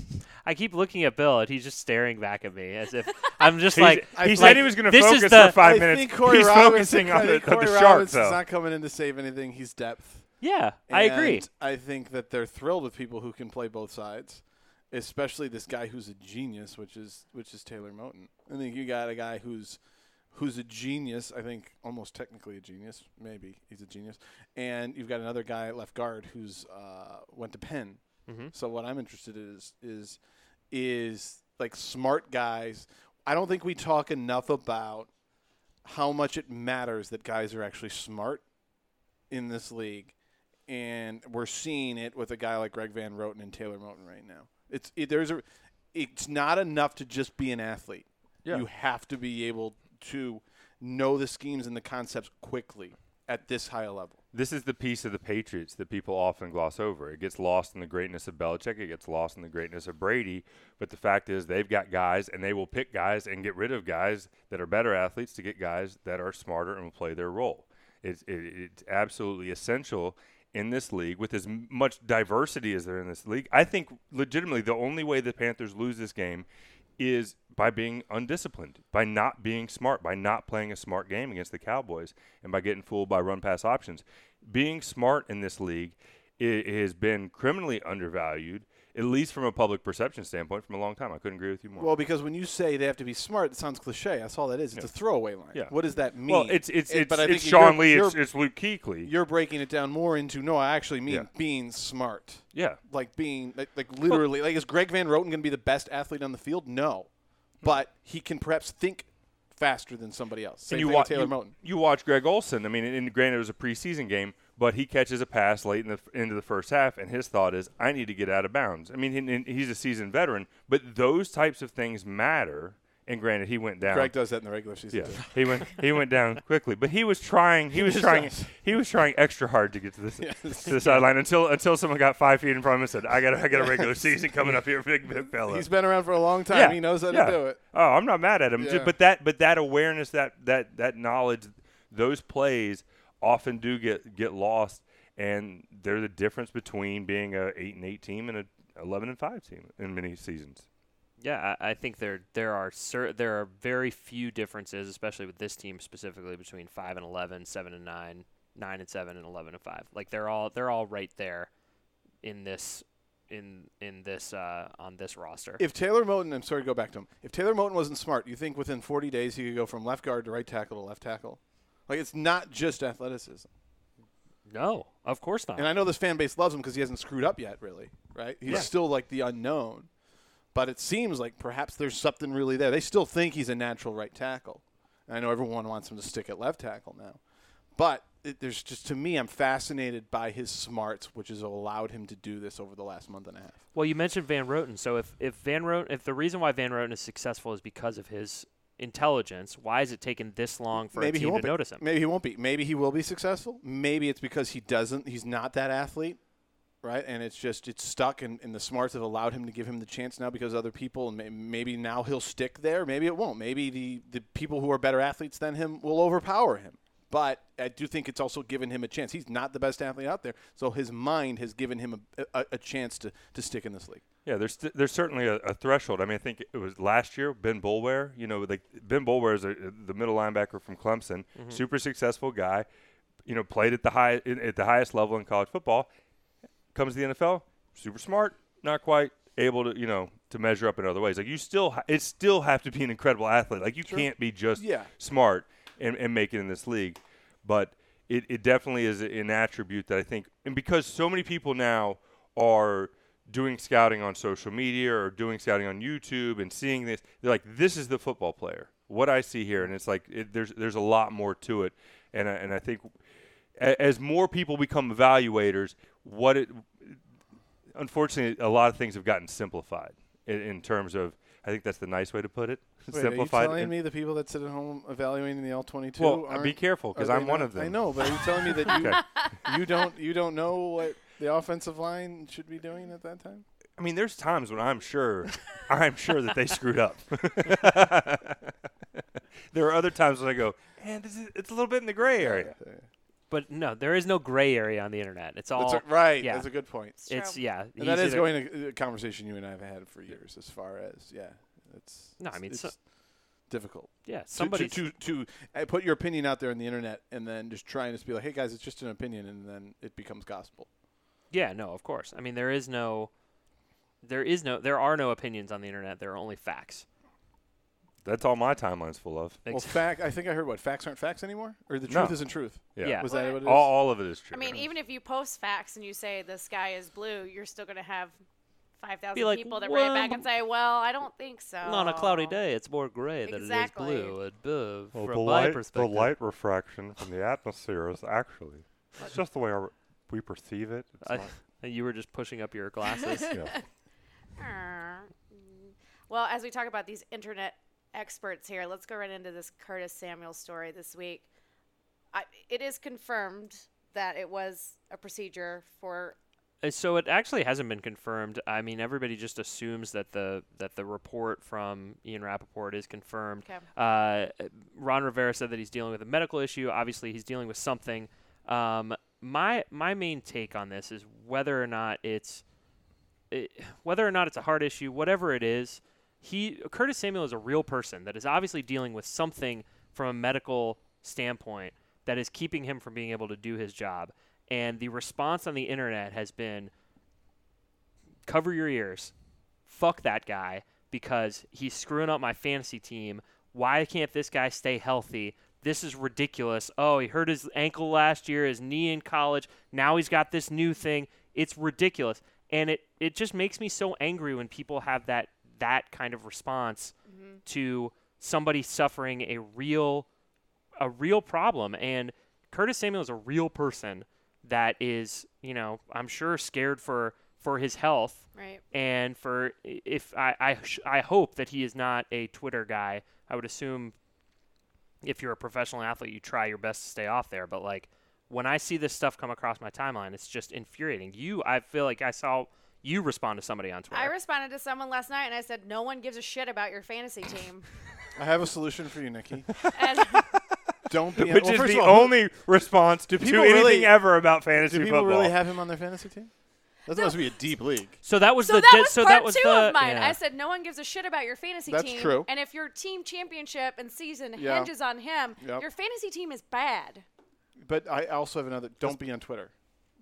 B: I keep looking at Bill, and he's just staring back at me as if I'm just
D: He's-
B: like
D: he
B: like,
D: said he was going to
B: this is
D: focus
B: the-
D: for five
A: I
D: minutes.
A: Think Corey
D: He's
A: Robinson,
D: focusing
A: I
D: on the,
A: think Corey
D: on the shark,
A: Robinson's
D: though.
A: not coming in to save anything. He's depth.
B: Yeah, I agree.
A: And I think that they're thrilled with people who can play both sides, especially this guy who's a genius, which is which is Taylor Moten. I think you got a guy who's who's a genius. I think almost technically a genius. Maybe he's a genius, and you've got another guy at left guard who's uh, went to Penn.
B: Mm-hmm.
A: So what I'm interested in is is is like smart guys. I don't think we talk enough about how much it matters that guys are actually smart in this league, and we're seeing it with a guy like Greg Van Roten and Taylor Moten right now. It's it, there's a it's not enough to just be an athlete.
D: Yeah.
A: You have to be able to know the schemes and the concepts quickly at this high a level.
D: This is the piece of the Patriots that people often gloss over. It gets lost in the greatness of Belichick. It gets lost in the greatness of Brady. But the fact is, they've got guys, and they will pick guys and get rid of guys that are better athletes to get guys that are smarter and will play their role. It's, it, it's absolutely essential in this league with as m- much diversity as there in this league. I think legitimately the only way the Panthers lose this game is by being undisciplined, by not being smart, by not playing a smart game against the Cowboys, and by getting fooled by run pass options. Being smart in this league i has been criminally undervalued, at least from a public perception standpoint, from a long time. I couldn't agree with you more.
A: Well, because when you say they have to be smart, it sounds cliche. That's all that is. It's a throwaway line.
D: Yeah.
A: What does that mean?
D: Well, it's it's
A: And-
D: it's,
A: but I think
D: it's Sean
A: you're-
D: Lee,
A: You're,
D: it's, it's Luke Kuechly.
A: you're breaking it down more into no. I actually mean
D: Yeah.
A: being smart.
D: yeah,
A: like being like, like literally like is Greg Van Roten going to be the best athlete on the field? No,
D: Hmm.
A: but he can perhaps think faster than somebody else. Same
D: and you
A: thing
D: wa-
A: with Taylor
D: you-
A: Moten.
D: You watch Greg Olson. I mean, and granted, it was a preseason game, but he catches a pass late in the f- into the first half, and his thought is, "I need to get out of bounds." I mean, and- and he's a seasoned veteran, but those types of things matter. And granted, he went down.
A: Greg does that in the regular season.
D: yeah,
A: too.
D: he went he went down quickly, but he was trying. He was
A: just
D: trying.
A: does.
D: He was trying extra hard to get to the, to the sideline until until someone got five feet in front of him and said, "I got I got a regular season coming up here, big big fella."
A: He's been around for a long time. He knows how
D: yeah.
A: to do it.
D: Oh, I'm not mad at him. Ju-
A: Yeah.
D: But that but that awareness, that that that knowledge, those plays often do get get lost, and they're the difference between being a eight and eight team and a eleven and five team in many seasons.
B: Yeah, I, I think there there are cer- there are very few differences, especially with this team specifically between five and 11, 7 and nine, nine and seven, and eleven and five. Like they're all they're all right there in this in in this uh, on this roster.
A: If Taylor Moten, I'm sorry to go back to him. If Taylor Moten wasn't smart, you think within 40 days he could go from left guard to right tackle to left tackle? Like it's not just athleticism.
B: No, of course not.
A: And I know this fan base loves him because he hasn't screwed up yet, really. Right? He's still like the unknown. But it seems like perhaps there's something really there. They still think he's a natural right tackle. And I know everyone wants him to stick at left tackle now. But it, there's just, to me, I'm fascinated by his smarts, which has allowed him to do this over the last month and a half.
B: well, you mentioned Van Roten. So if, if Van Roten, if the reason why Van Roten is successful is because of his intelligence, why has it taken this long for a
A: he
B: team
A: won't
B: to
A: be.
B: notice him?
A: Maybe he won't be. Maybe he will be successful. Maybe it's because he doesn't. He's not that athlete, right? And it's just it's stuck, and, and the smarts have allowed him to give him the chance now because other people, and may, maybe now he'll stick there. Maybe it won't. Maybe the the people who are better athletes than him will overpower him. But I do think it's also given him a chance. He's not the best athlete out there, so his mind has given him a, a, a chance to, to stick in this league.
D: Yeah, there's st- there's certainly a, a threshold. I mean, I think it was last year Ben Bulware. You know, like Ben Bulware is a, the middle linebacker from Clemson,
A: Mm-hmm.
D: super successful guy. You know, played at the high in- at the highest level in college football. Comes to the NFL, super smart, not quite able to you know to measure up in other ways. Like you still, ha- it still have to be an incredible athlete. Like you can't be just
A: Yeah.
D: smart and, and make it in this league. But it, it definitely is an attribute that I think, and because so many people now are doing scouting on social media or doing scouting on YouTube and seeing this, they're like, this is the football player. What I see here, and it's like it, there's there's a lot more to it, and I, and I think a- as more people become evaluators, what it unfortunately a lot of things have gotten simplified in, in terms of I think that's the nice way to put it.
A: are
D: simplified.
A: you telling
D: in-
A: me the people that sit at home evaluating the L twenty two?
D: Well, uh, be careful because
A: Are
D: I'm
A: they
D: one
A: not-
D: of them.
A: I know, but are you telling me that you,
D: Okay.
A: you don't you don't know what the offensive line should be doing at that time?
D: I mean, there's times when I'm sure, I'm sure that they screwed up. there are other times when I go, and this is, it's a little bit in the gray area.
B: But no, there is no gray area on the internet. It's all
A: That's a, right.
B: Yeah,
A: That's a good point.
C: It's
B: it's
C: true.
B: yeah.
A: And that
B: he's
A: is
B: either-
A: going to uh, a conversation you and I have had for years, as far as yeah, it's
B: No, I
A: it's-
B: mean,
A: it's
B: so-
A: difficult.
B: Yeah,
A: To-
B: somebody.
A: to to, to uh, put your opinion out there on the internet, and then just trying to just be like, hey guys, it's just an opinion, and then it becomes gospel.
B: Yeah, no, of course. I mean, there is no, there is no, there are no opinions on the internet. There are only facts.
D: That's all my timeline's full of.
A: Well,
B: Ex-
A: fact, I think I heard what facts aren't facts anymore, or the
D: No.
A: truth isn't truth.
D: Yeah,
B: Yeah.
A: Was that what it is?
D: all, all of it is true.
C: I mean, even if you post facts and you say the sky is blue, you're still going to have 5,000
B: Be like,
C: people that
B: "Well,
C: write back and say, well, I don't think so.
B: On a cloudy day, it's more gray than
C: Exactly.
B: it is blue. And, uh, from
D: Well, the
B: my
D: light,
B: perspective,
D: the light refraction from the atmosphere is actually it's just the way our, we perceive it. It's
B: I,
D: not-
B: you were just pushing up your glasses.
D: yeah.
C: Arr. Well, as we talk about these internet experts here, let's go right into this Curtis Samuel story this week. I, it is confirmed that it was a procedure for.
B: Uh, So it actually hasn't been confirmed. I mean, everybody just assumes that the that the report from Ian Rappaport is confirmed.
C: Okay.
B: Uh, Ron Rivera said that he's dealing with a medical issue. Obviously, he's dealing with something. Um, my my main take on this is whether or not it's it, whether or not it's a heart issue, whatever it is, he Curtis Samuel is a real person that is obviously dealing with something from a medical standpoint that is keeping him from being able to do his job. And the response on the internet has been cover your ears. Fuck that guy because he's screwing up my fantasy team. Why can't this guy stay healthy? This is ridiculous. Oh, he hurt his ankle last year, his knee in college. Now he's got this new thing. It's ridiculous. And it, it just makes me so angry when people have that that kind of response to somebody suffering a real a real problem and Curtis Samuel is a real person that is, you know, I'm sure scared for for his health
C: Right.
B: and for if I I, sh- I hope that he is not a Twitter guy. I would assume if you're a professional athlete, you try your best to stay off there. But like when I see this stuff come across my timeline, it's just infuriating. You, I feel like I saw you respond to somebody on Twitter.
C: I responded to someone last night and I said, no one gives a shit about your fantasy team.
A: I have a solution for you, Nikki.
C: and
A: Don't be.
D: Which
A: well,
D: is
A: first
D: the
A: of all, who-
D: only response to,
A: people
D: anything
A: really-
D: ever about fantasy
A: Do people
D: football.
A: really have him on their fantasy team? That's supposed to be a deep league.
B: so that was
C: so
B: the
C: that
B: de-
C: was
B: so
C: part
B: that was
C: two
B: the
C: of mine.
B: yeah.
C: I said, no one gives a shit about your fantasy
A: That's
C: team.
A: true.
C: And if your team championship and season
A: Yeah.
C: hinges on him,
A: Yep.
C: your fantasy team is bad.
A: But I also have another. Don't be on Twitter.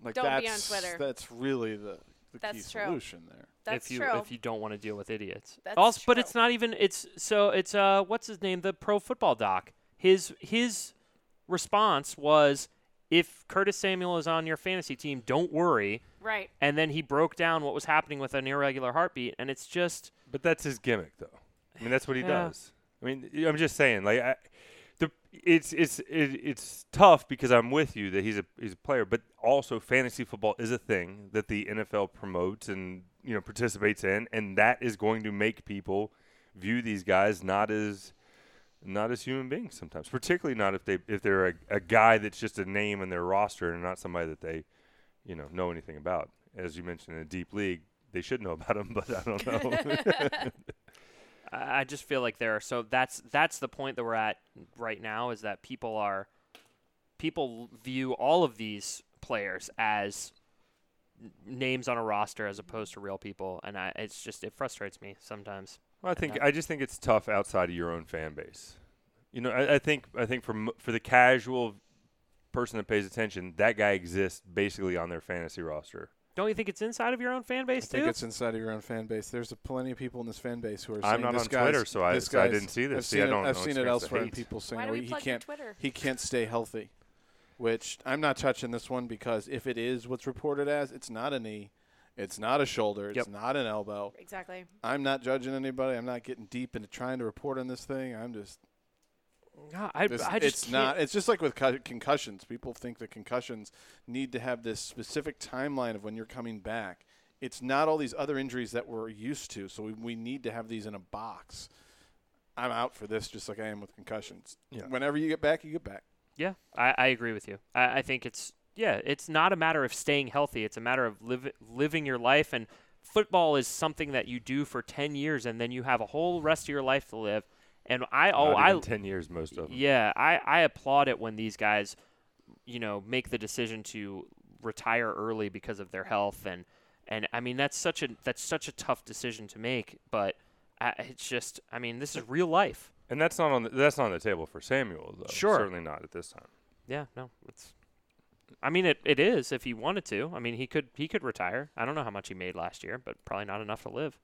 A: Like
C: Don't be on
A: that's-
C: Twitter.
A: That's really the, the key
C: That's true.
A: solution there.
C: That's
B: if you
C: true.
B: if you don't want to deal with idiots.
C: That's
B: also, but it's
C: true.
B: not even it's so it's uh what's his name the pro football doc. His his response was if Curtis Samuel is on your fantasy team, don't worry.
C: Right.
B: And then he broke down what was happening with an irregular heartbeat, and it's just
D: But that's his gimmick, though. I mean, that's what he
B: Yeah.
D: does. I mean, y- I'm just saying, like, I, the it's it's it, it's tough because I'm with you that he's a he's a player, but also fantasy football is a thing that the NFL promotes and you know participates in, and that is going to make people view these guys not as not as human beings sometimes, particularly not if they if they're a, a guy that's just a name in their roster and not somebody that they you know know anything about. As you mentioned, in a deep league, they should know about him, but I don't know.
B: I I just feel like there are so that's that's the point that we're at right now is that people are people view all of these players as n- names on a roster as opposed to real people and I it's just it frustrates me sometimes.
D: Well, I think
B: that-
D: I just think it's tough outside of your own fan base. You know, I, I think I think for m- for the casual person that pays attention, that guy exists basically on their fantasy roster.
B: Don't you think it's inside of your own fan base
A: I think
B: too?
A: it's inside of your own fan base. There's a plenty of people in this fan base who are.
D: I'm
A: saying
D: not
A: this
D: on
A: guy's-
D: Twitter, so I-
A: this
D: so I
A: guy's-
D: didn't see this.
A: I've
D: See,
A: seen
D: I
A: it,
D: don't
A: I've
D: know
A: seen it
D: experience to
A: elsewhere, and
D: hate.
A: people saying
C: Why do
A: oh,
C: we
A: he
C: plug your
A: can't
C: Twitter?
A: he can't stay healthy, which I'm not touching this one because if it is what's reported as, it's not a knee, it's not a shoulder, it's
B: Yep.
A: not an elbow.
C: Exactly.
A: I'm not judging anybody. I'm not getting deep into trying to report on this thing. I'm just
B: God, I,
A: this-
B: I just
A: it's
B: can't-
A: not. It's just like with co- concussions. People think that concussions need to have this specific timeline of when you're coming back. It's not all these other injuries that we're used to. So we, we need to have these in a box. I'm out for this, just like I am with concussions.
D: Yeah.
A: Whenever you get back, you get back.
B: Yeah, I, I agree with you. I, I think it's yeah, it's not a matter of staying healthy. It's a matter of liv- living your life, and football is something that you do for ten years, and then you have a whole rest of your life to live. And I oh
D: Not even
B: I
D: ten years most of them.
B: yeah I I applaud it when these guys, you know, make the decision to retire early because of their health and and I mean that's such a that's such a tough decision to make, but I, it's just I mean this is real life.
D: And that's not on the, that's not on the table for Samuel though.
B: Sure.
D: certainly not at this time.
B: Yeah, no, it's. I mean, it, it is if he wanted to. I mean, he could he could retire. I don't know how much he made last year, but probably not enough to live.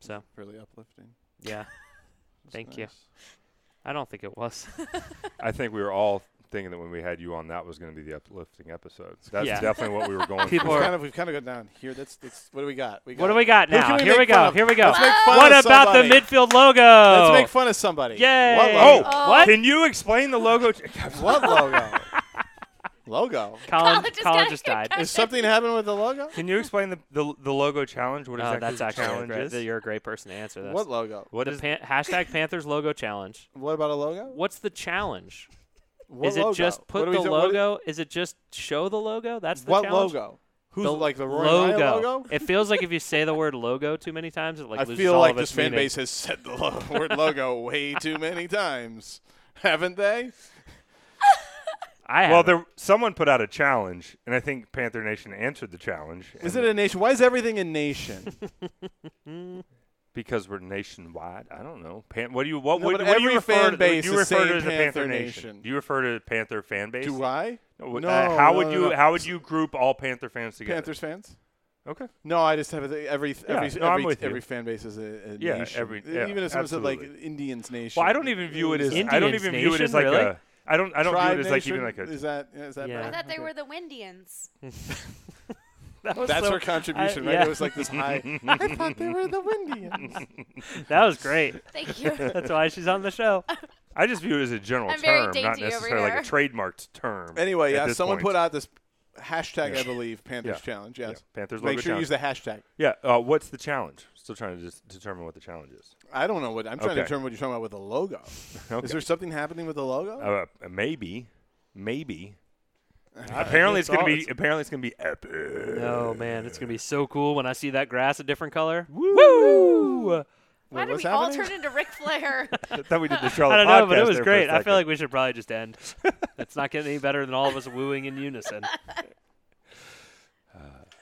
B: So
A: Really uplifting.
B: yeah,
A: It's
B: Thank you.
A: nice.
B: I don't think it was.
D: I think we were all thinking that when we had you on, that was going to be the uplifting episode. That's
B: Yeah.
D: definitely what we were going.
B: People
D: for.
A: We've
B: are-
A: kind of we've kind of gone down here. That's that's what do we got? We
B: what do we got
A: Who can
B: now?
A: we
B: Here we
A: make
B: go.
A: fun of?
B: Here we go.
A: Let's make fun
B: What
A: of
B: about the
A: somebody.
B: midfield logo?
A: Let's make fun of somebody.
B: Oh. Yay! Oh.
A: What logo?
C: Oh.
D: Oh, can you explain the logo?
A: What logo? logo.
B: Colin,
C: Colin just
B: Colin
C: got
B: just died.
C: hit.
A: Is something happening with the logo?
D: Can you explain the, the the logo challenge? What
B: Oh,
D: exactly
B: that's
D: the
B: actually a
D: challenge
B: great,
D: is?
B: you're a great person to answer this.
A: What logo?
D: What
B: the
D: is-
B: pan- hashtag Panthers logo challenge?
A: What about a logo?
B: What's the challenge?
A: What
B: Is
A: logo?
B: it just
A: What
B: put
A: are we
B: the
A: doing? What is-
B: logo? Is it just show the logo? That's the
A: what
B: challenge.
A: logo? Who's
B: The
A: like the Royal
B: logo.
A: logo?
B: It feels like if you say the word logo too many times, it like
A: I
B: loses
A: feel
B: all
A: like
B: of
A: this
B: its
A: fan
B: meaning.
A: base has said the lo- word logo way too many times, haven't they?
B: I
D: Well,
B: have
D: there someone put out a challenge, and I think Panther Nation answered the challenge.
A: Is it
D: and
A: a nation? Why is everything a nation?
D: because we're nationwide? I don't know. Pan, what do you what
A: No,
D: would
A: but
D: what do you
A: every
D: refer
A: fan
D: to?
A: base
D: do you
A: is
D: refer to
A: saying
D: as the
A: Panther
D: Panther Nation?
A: Nation.
D: Do you refer to Panther fan base?
A: Do I?
D: No, uh,
A: No,
D: how
A: no,
D: would
A: no,
D: you
A: no.
D: how would you group all Panther fans together?
A: Panthers fans?
D: Okay.
A: No, I just have a, every
D: Yeah,
A: every
D: no, I'm
A: every,
D: with you.
A: every fan base is a, a
D: Yeah,
A: nation. E,
D: every- yeah,
A: even if someone said like
D: absolutely.
A: Indians nation.
D: Well, I don't even view it as I don't
B: Indians
D: even view it as
B: Nation,
D: like
B: really?
D: a I don't I don't
A: Tribe
D: view it as like
A: nation?
D: even like a
A: Is that is that
B: Yeah.
A: bad?
C: I thought they
A: Okay.
C: were the Windians.
B: that was
A: That's
B: so-
A: her contribution,
B: I-
A: right?
B: yeah.
A: It was like this high. I thought they were the Windians.
B: that was great.
C: Thank you.
B: That's why she's on the show.
D: I just view it as a general
C: I'm very
D: term, not
C: dainty over
D: necessarily like
C: here.
D: a trademarked term.
A: Anyway,
D: at
A: yeah,
D: this
A: someone
D: point.
A: put out this hashtag, I
D: Yeah.
A: believe, Panthers challenge. Yes.
D: Yeah, Panthers
A: Make
D: logo
A: sure you use
D: challenge.
A: the hashtag.
D: Yeah, uh, what's the challenge? Still trying to just determine what the challenge is.
A: I don't know what I'm trying
D: Okay.
A: to determine what you're talking about with the logo.
D: Okay.
A: Is there something happening with the logo?
D: Uh, maybe, maybe. apparently, it's
B: It's
D: gonna
B: all-
D: be.
B: it's-
D: Apparently, it's gonna be epic. No
B: Oh man, it's gonna be so cool when I see that grass a different color.
D: Woo!
C: Why
A: Wait,
C: did
A: what's
C: we all
A: happening?
C: turn into Ric Flair?
D: I thought we did the
B: I
D: Charlotte
B: don't know,
D: podcast
B: but it was
D: there for a
B: great. I feel
D: second.
B: like we should probably just end. It's not getting any better than all of us wooing in unison.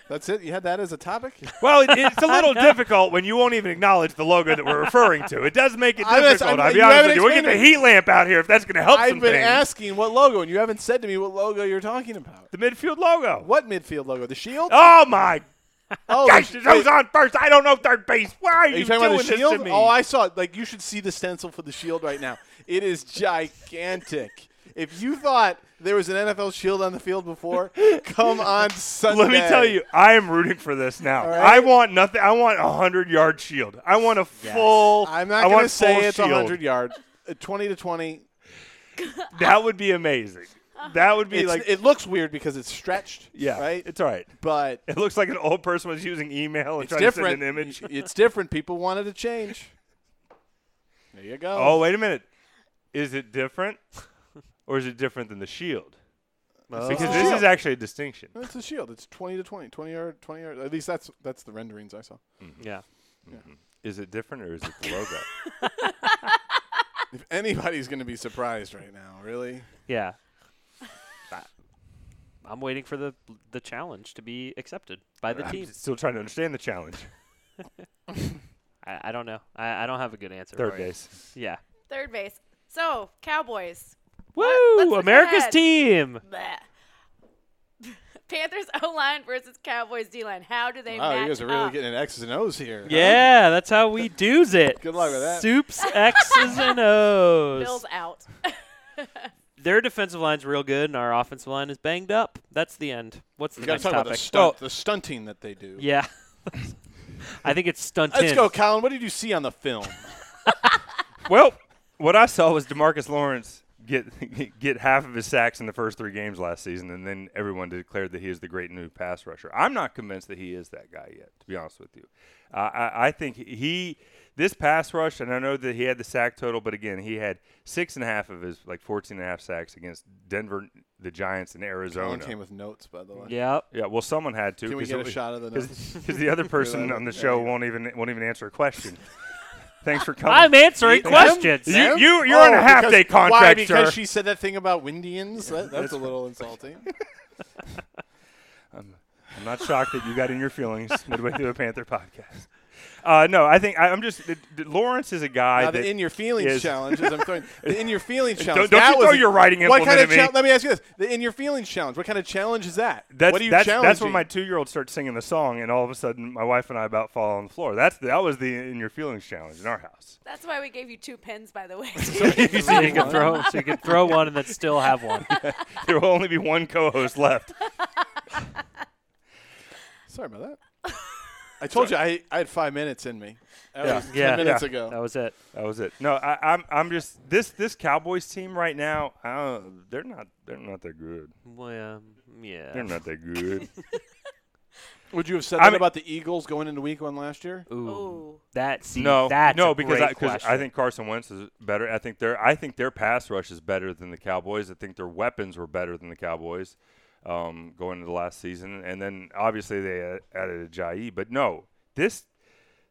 A: That's it. You had that as a topic.
D: Well, it, it's a little difficult when you won't even acknowledge the logo that we're referring to. It does make it
A: I was-
D: difficult.
A: I-
D: I'll be
A: you
D: honest
A: haven't
D: with you. We'll get the
A: explained
D: heat lamp out here if that's gonna help
A: I've
D: some
A: been
D: things.
A: asking what logo, and you haven't said to me what logo you're talking about.
D: the midfield logo.
A: What midfield logo? The shield?
D: Oh my
A: Oh,
D: gosh!
A: the-
D: It
A: wait,
D: was on first. I don't know third base. Why are,
A: Are
D: you,
A: you
D: doing
A: talking about the
D: this
A: shield?
D: to me?
A: Oh, I saw it. Like you should see the stencil for the shield right now. It is gigantic. If you thought there was an NFL shield on the field before, come on Sunday.
D: Let me tell you, I am rooting for this now.
A: All right.
D: I want nothing. I want a hundred yard shield. I want a full.
A: I'm not
D: I
A: going
D: want
A: to say
D: full
A: it's
D: shield.
A: 100 yard, Uh, 20 to 20.
D: That would be amazing. That would be
A: It's-
D: like
A: it looks weird because it's stretched.
D: yeah.
A: Right.
D: It's all right.
A: but
D: It looks like an old person was using email and
A: it's
D: trying
A: different.
D: to send an image.
A: Y- It's different. People wanted to change. There you go.
D: Oh wait a minute, is it different, or is it different than the shield? Because
A: It's a
D: this
A: Uh, shield.
D: is actually a distinction.
A: it's a shield. It's 20 to 20, 20 yard, 20 yard. At least that's that's the renderings I saw.
B: yeah.
D: Is it different or is it the logo?
A: If anybody's going to be surprised right now, really.
B: Yeah. I'm waiting for the the challenge to be accepted by the
D: I'm
B: team.
D: still trying to understand the challenge.
B: I, I don't know. I, I don't have a good answer.
D: Third
B: for you.
D: base.
B: Yeah.
C: Third base. So, Cowboys. Let's
B: Woo!
C: look
B: America's
C: ahead.
B: team.
C: Bleh. Panthers O line versus Cowboys D line. How do they
A: Wow,
C: match
A: you guys are really
C: up?
A: getting X's and O's here. huh?
B: Yeah, that's how we do's it.
A: Good luck with that.
B: Soups, X's and O's.
C: Bills out.
B: Their defensive line's real good, and our offensive line is banged up. That's the end. What's the
A: We got to
B: next
A: talk about the,
B: topic?
D: Oh.
B: Oh,
A: stunt, the stunting that they do.
B: yeah. I think it's stunted.
A: Let's go, Colin. What did you see on the film?
D: well, what I saw was Demarcus Lawrence get get half of his sacks in the first three games last season, and then everyone declared that he is the great new pass rusher. I'm not convinced that he is that guy yet, to be honest with you. Uh, I, I think he this pass rush, and I know that he had the sack total, but again, he had six and a half of his like 14 and a half sacks against Denver, the Giants, and
A: Colin
D: Arizona.
A: came with notes, by the way.
B: Yep.
D: Yeah, well, someone had to.
A: Can we
D: 'cause
A: get
D: it
A: a
D: was-
A: shot of the notes?
D: Because the other person
A: that-
D: on the
A: yeah,
D: show
A: yeah.
D: won't even won't even answer a question. Thanks for coming.
B: I'm answering
A: Them?
B: questions.
D: You-
A: Them?
D: you- you're on a half-day
A: because- Why?
D: contract,
A: Because
D: sir.
A: she said that thing about Windians. That, that's
D: that's
A: a little insulting.
D: I'm not shocked that you got in your feelings midway through a Panther podcast. Uh, no, I think I, I'm just th- th- Lawrence is a guy
A: Now,
D: that
A: the in your feelings
D: is-
A: challenge is I'm throwing the in your feelings challenge.
D: don't you
A: that was
D: throw
A: a-
D: your writing
A: What kind
D: implement
A: of
D: at me.
A: challenge? Let me ask you this: the in your feelings challenge. What kind of challenge is that?
D: That's,
A: what are you
D: that's,
A: challenging?
D: that's when my two-year-old starts singing the song, and all of a sudden, my wife and I about fall on the floor. That's that was the in your feelings challenge in our house.
C: That's why we gave you two pins, by the way.
B: so you can throw, so you can throw one and then still have one.
D: There will only be one co-host left.
A: Sorry about that. I told you I, I had five minutes in me. That
D: Yeah.
A: was ten
B: Yeah.
A: minutes
D: Yeah.
A: ago.
B: That was it.
D: That was it. No, I, I'm I'm just this this Cowboys team right now. I don't, they're not they're not that good.
B: Well, yeah, yeah.
D: They're not that good.
A: Would you have said
D: I
A: that
D: mean-
A: about the Eagles going into Week One last year?
B: Ooh,
C: Ooh.
B: that see,
D: no,
B: that's
D: no,
B: a
D: because
B: great
D: I, 'cause I
B: question.
D: think Carson Wentz is better. I think their I think their pass rush is better than the Cowboys. I think their weapons were better than the Cowboys um, going into the last season, and then obviously they a- added a Jai. But no, this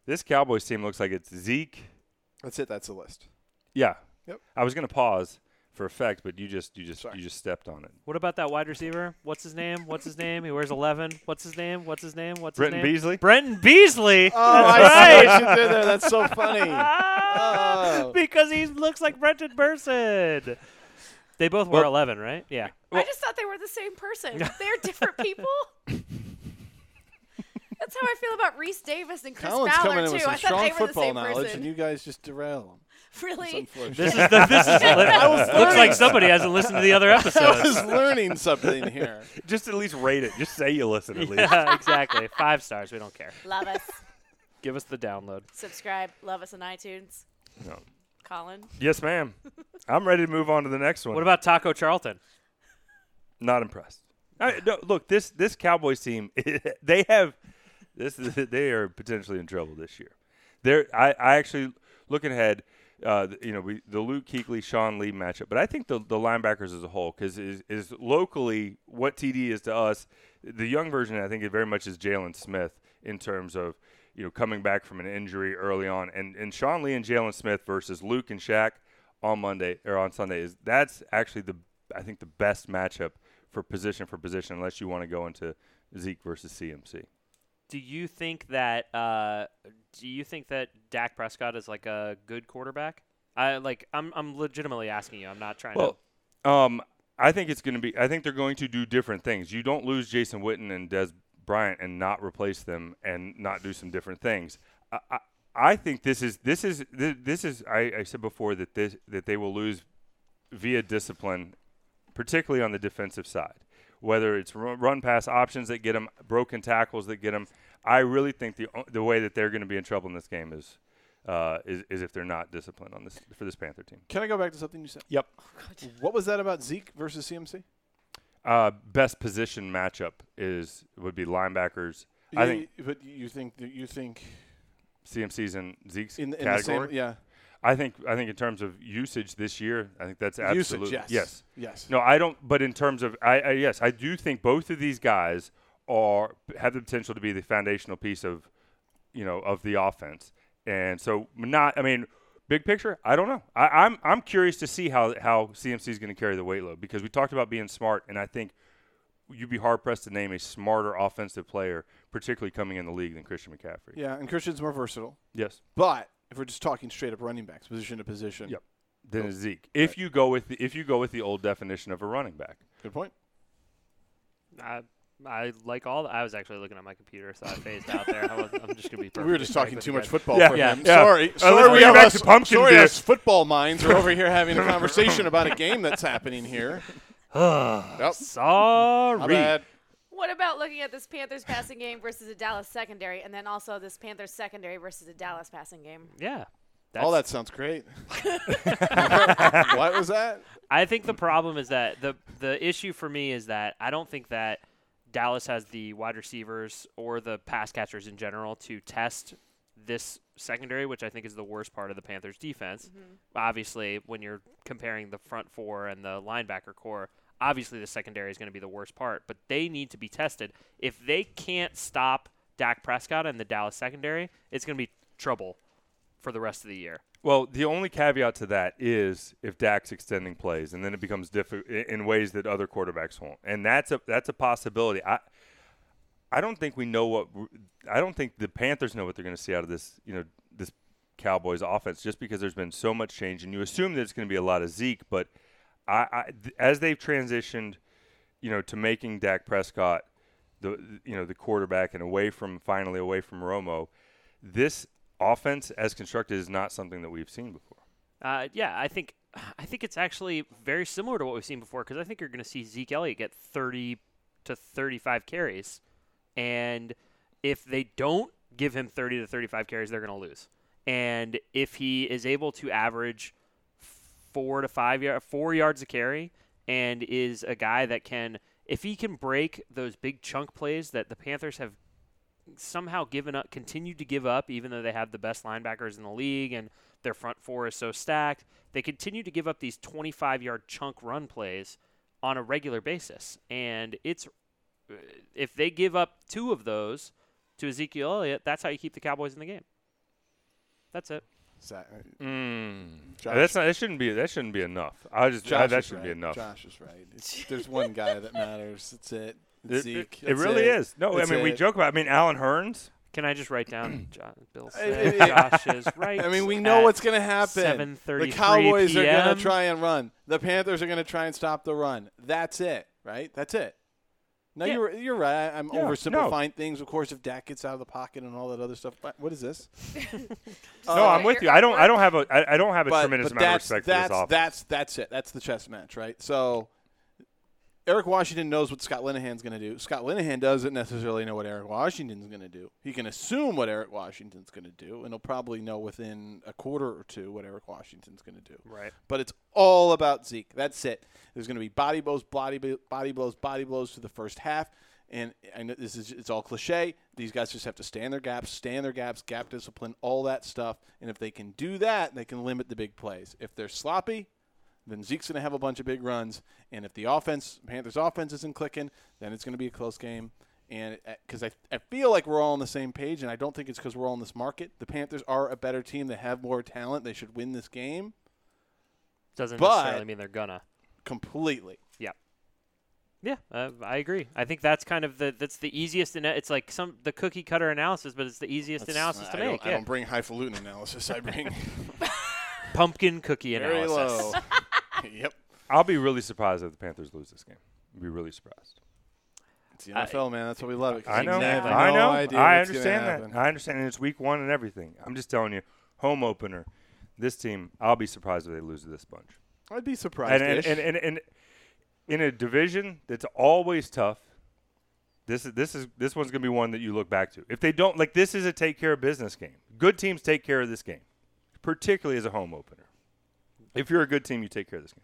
D: this Cowboys team looks like it's Zeke.
A: That's it. That's the list.
D: Yeah,
A: Yep.
D: I was gonna pause for effect, but you just you just
A: Sorry.
D: you just stepped on it.
B: What about that wide receiver? What's his name? What's his name? He wears eleven. What's his name? What's his name? What's
D: Brenton
B: his name?
D: Beasley?
B: Brenton Beasley.
A: Oh, I see what you did there. That's so funny. Oh.
B: Ah, because he looks like Brenton Burson. They both wore
D: Well-
B: eleven, right? Yeah.
C: I just thought they were the same person. They're different people. That's how I feel about Reese Davis and Chris
A: Colin's
C: Fowler
A: coming in
C: too.
A: with
C: I
A: some
C: thought
A: strong
C: they were the
A: football
C: same
A: knowledge,
C: person.
A: and you guys just derail him. It's
C: really?
A: unfortunate.
B: This is the this is looks like somebody hasn't listened to the other
A: I
B: episodes.
A: was learning something here.
D: Just at least rate it. Just say you listen at least.
B: yeah, exactly. Five stars. We don't care.
C: Love us.
B: Give us the download.
C: Subscribe. Love us on iTunes.
D: No.
C: Colin.
D: Yes, ma'am. I'm ready to move on to the next one.
B: What about Taco Charlton?
D: Not impressed. I, no, look, this this Cowboys team, they have this is they are potentially in trouble this year. They're I, I actually looking ahead. Uh, th- you know, we, the Luke Kuechly, Sean Lee matchup, but I think the, the linebackers as a whole, because is, is locally what TD is to us, the young version I think it very much is Jalen Smith in terms of you know coming back from an injury early on, and and Sean Lee and Jalen Smith versus Luke and Shaq on Monday or on Sunday is that's actually the I think the best matchup for position for position, unless you want to go into Zeke versus CMC.
B: Do you think that uh, do you think that Dak Prescott is like a good quarterback? I like I'm I'm legitimately asking you. I'm not trying to
D: Well, um, I think it's going to be. I think they're going to do different things. You don't lose Jason Witten and Des Bryant and not replace them and not do some different things. I, I, I think this is this is this, this is. I, I said before that this that they will lose via discipline particularly on the defensive side. Whether it's ru- run pass options that get them, broken tackles that get them, I really think the o- the way that they're going to be in trouble in this game is, uh, is is if they're not disciplined on this for this Panther team.
A: Can I go back to something you said?
D: Yep.
A: What was that about Zeke versus CMC?
D: Uh, best position matchup is would be linebackers. I
A: You-
D: think
A: but you think that you think
D: CMC's in Zeke's
A: in, the- in the
D: category.
A: same, yeah,
D: I think I think in terms of usage this year, I think that's absolutely
A: usage. Yes,
D: yes.
A: yes.
D: No, I don't. But in terms of, I, I yes, I do think both of these guys are have the potential to be the foundational piece of, you know, of the offense. And so, not. I mean, big picture, I don't know. I, I'm I'm curious to see how how CMC is going to carry the weight load because we talked about being smart, and I think you'd be hard pressed to name a smarter offensive player, particularly coming in the league, than Christian McCaffrey.
A: yeah. And Christian's more versatile,
D: Yes.
A: but if we're just talking straight up running backs, position to position,
D: Yep. Than Zeke. If you go with the, if you go with the old definition of a running back.
A: good point.
B: I, I like all. The, I was actually looking at my computer, so I phased out there. I was, I'm just gonna be.
A: We were
B: perfectly
A: just
B: frank
A: talking
B: with
A: too
B: you
A: much
B: guys.
A: football
D: Yeah.
A: for
B: Yeah.
A: him.
D: Yeah.
A: Sorry,
D: Uh,
A: sorry,
D: let's
A: we
D: get
A: have
D: back
A: us,
D: to pumpkin
A: sorry
D: beer.
A: us football minds are over here having a conversation about a game that's happening here. Yep.
B: Sorry.
A: My bad.
C: What about looking at this Panthers passing game versus a Dallas secondary, and then also this Panthers secondary versus a Dallas passing game?
B: Yeah.
A: All that
B: that's-
A: sounds great. what was that?
B: I think the problem is that the the issue for me is that I don't think that Dallas has the wide receivers or the pass catchers in general to test this secondary, which I think is the worst part of the Panthers defense. Obviously, when you're comparing the front four and the linebacker core, obviously the secondary is going to be the worst part, but they need to be tested. If they can't stop Dak Prescott and the Dallas secondary, it's going to be trouble for the rest of the year.
D: Well, the only caveat to that is if Dak's extending plays, and then it becomes difficult in ways that other quarterbacks won't, and that's a that's a possibility. I I don't think we know what w- I don't think the Panthers know what they're going to see out of this you know this Cowboys offense just because there's been so much change, and you assume that it's going to be a lot of Zeke, but I, I th- as they've transitioned, you know, to making Dak Prescott the you know the quarterback and away from finally away from Romo, this offense as constructed is not something that we've seen before.
B: Uh, yeah, I think I think it's actually very similar to what we've seen before because I think you're going to see Zeke Elliott get 30 to 35 carries, and if they don't give him 30 to 35 carries, they're going to lose. And if he is able to average four to five yard, four yards a carry, and is a guy that can, if he can break those big chunk plays that the Panthers have somehow given up, continued to give up, even though they have the best linebackers in the league and their front four is so stacked. They continue to give up these 25 yard chunk run plays on a regular basis. And it's uh, if they give up two of those to Ezekiel Elliott, that's how you keep the Cowboys in the game. That's it.
A: Is that Josh.
D: Hmm. That's not. That shouldn't be. That shouldn't be enough. I just. I,
A: Josh
D: that
A: is
D: shouldn't
A: right.
D: be enough.
A: Josh is right. It's, there's one guy that matters. That's it. It's
D: It,
A: Zeke.
D: it
A: That's
D: really
A: is.
D: is. No,
A: That's
D: I mean we
A: it.
D: joke about. I mean Alan Hearns.
B: Can I just write down John, Bill
A: I-
B: said
A: I-
B: Josh is right?
A: I mean, we know what's going to happen. The
B: 7:33
A: Cowboys are going
B: PM.
A: to try and run. The Panthers are going to try and stop the run. That's it, right? That's it. No,
B: Yeah.
A: you're you're right. I'm
D: Yeah,
A: oversimplifying things. Of course, if Dak gets out of the pocket and all that other stuff, but what is this?
D: no,
C: Uh,
D: I'm with you.
C: you're
D: I don't. I
C: upward.
D: don't have a. I, I don't have a
A: but,
D: tremendous
A: but
D: amount of
A: that's,
D: respect
A: that's,
D: for this offense.
A: That's that's it. That's the chess match, right? So Eric Washington knows what Scott Linehan's going to do. Scott Linehan doesn't necessarily know what Eric Washington's going to do. He can assume what Eric Washington's going to do, and he'll probably know within a quarter or two what Eric Washington's going to do.
B: Right.
A: But it's all about Zeke. That's it. There's going to be body blows, body bl- body blows, body blows through the first half. And I know this is it's all cliche. These guys just have to stand their gaps, stand their gaps, gap discipline, all that stuff. And if they can do that, they can limit the big plays. If they're sloppy, then Zeke's going to have a bunch of big runs. And if the offense, Panthers offense isn't clicking, then it's going to be a close game. And because I, I feel like we're all on the same page, and I don't think it's because we're all in this market. The Panthers are a better team. They have more talent. They should win this game
B: Doesn't
A: but-
B: necessarily mean they're gonna.
A: completely.
B: Yeah. Yeah, uh, I agree. I think that's kind of the that's the easiest. Ana- it's like some the cookie cutter analysis, but it's the easiest analysis to
A: I
B: make.
A: Don't, I
B: yeah.
A: don't bring highfalutin analysis. I bring
B: Pumpkin cookie
A: very
B: analysis.
A: low. yep.
D: I'll be really surprised if the Panthers lose this game. I'd be really surprised.
A: It's the NFL, man. That's what we love. It 'cause
D: I know.
A: You have
D: I
A: no
D: know.
A: idea
D: I
A: what's gonna
D: understand
A: happen.
D: that. I understand. And it's week one and everything. I'm just telling you, home opener. This team, I'll be surprised if they lose to this bunch.
A: I'd be surprised.
D: and and, and and and in a division that's always tough. This is this is this one's gonna be one that you look back to. If they don't like, this is a take care of business game. Good teams take care of this game, particularly as a home opener. If you're a good team, you take care of this game.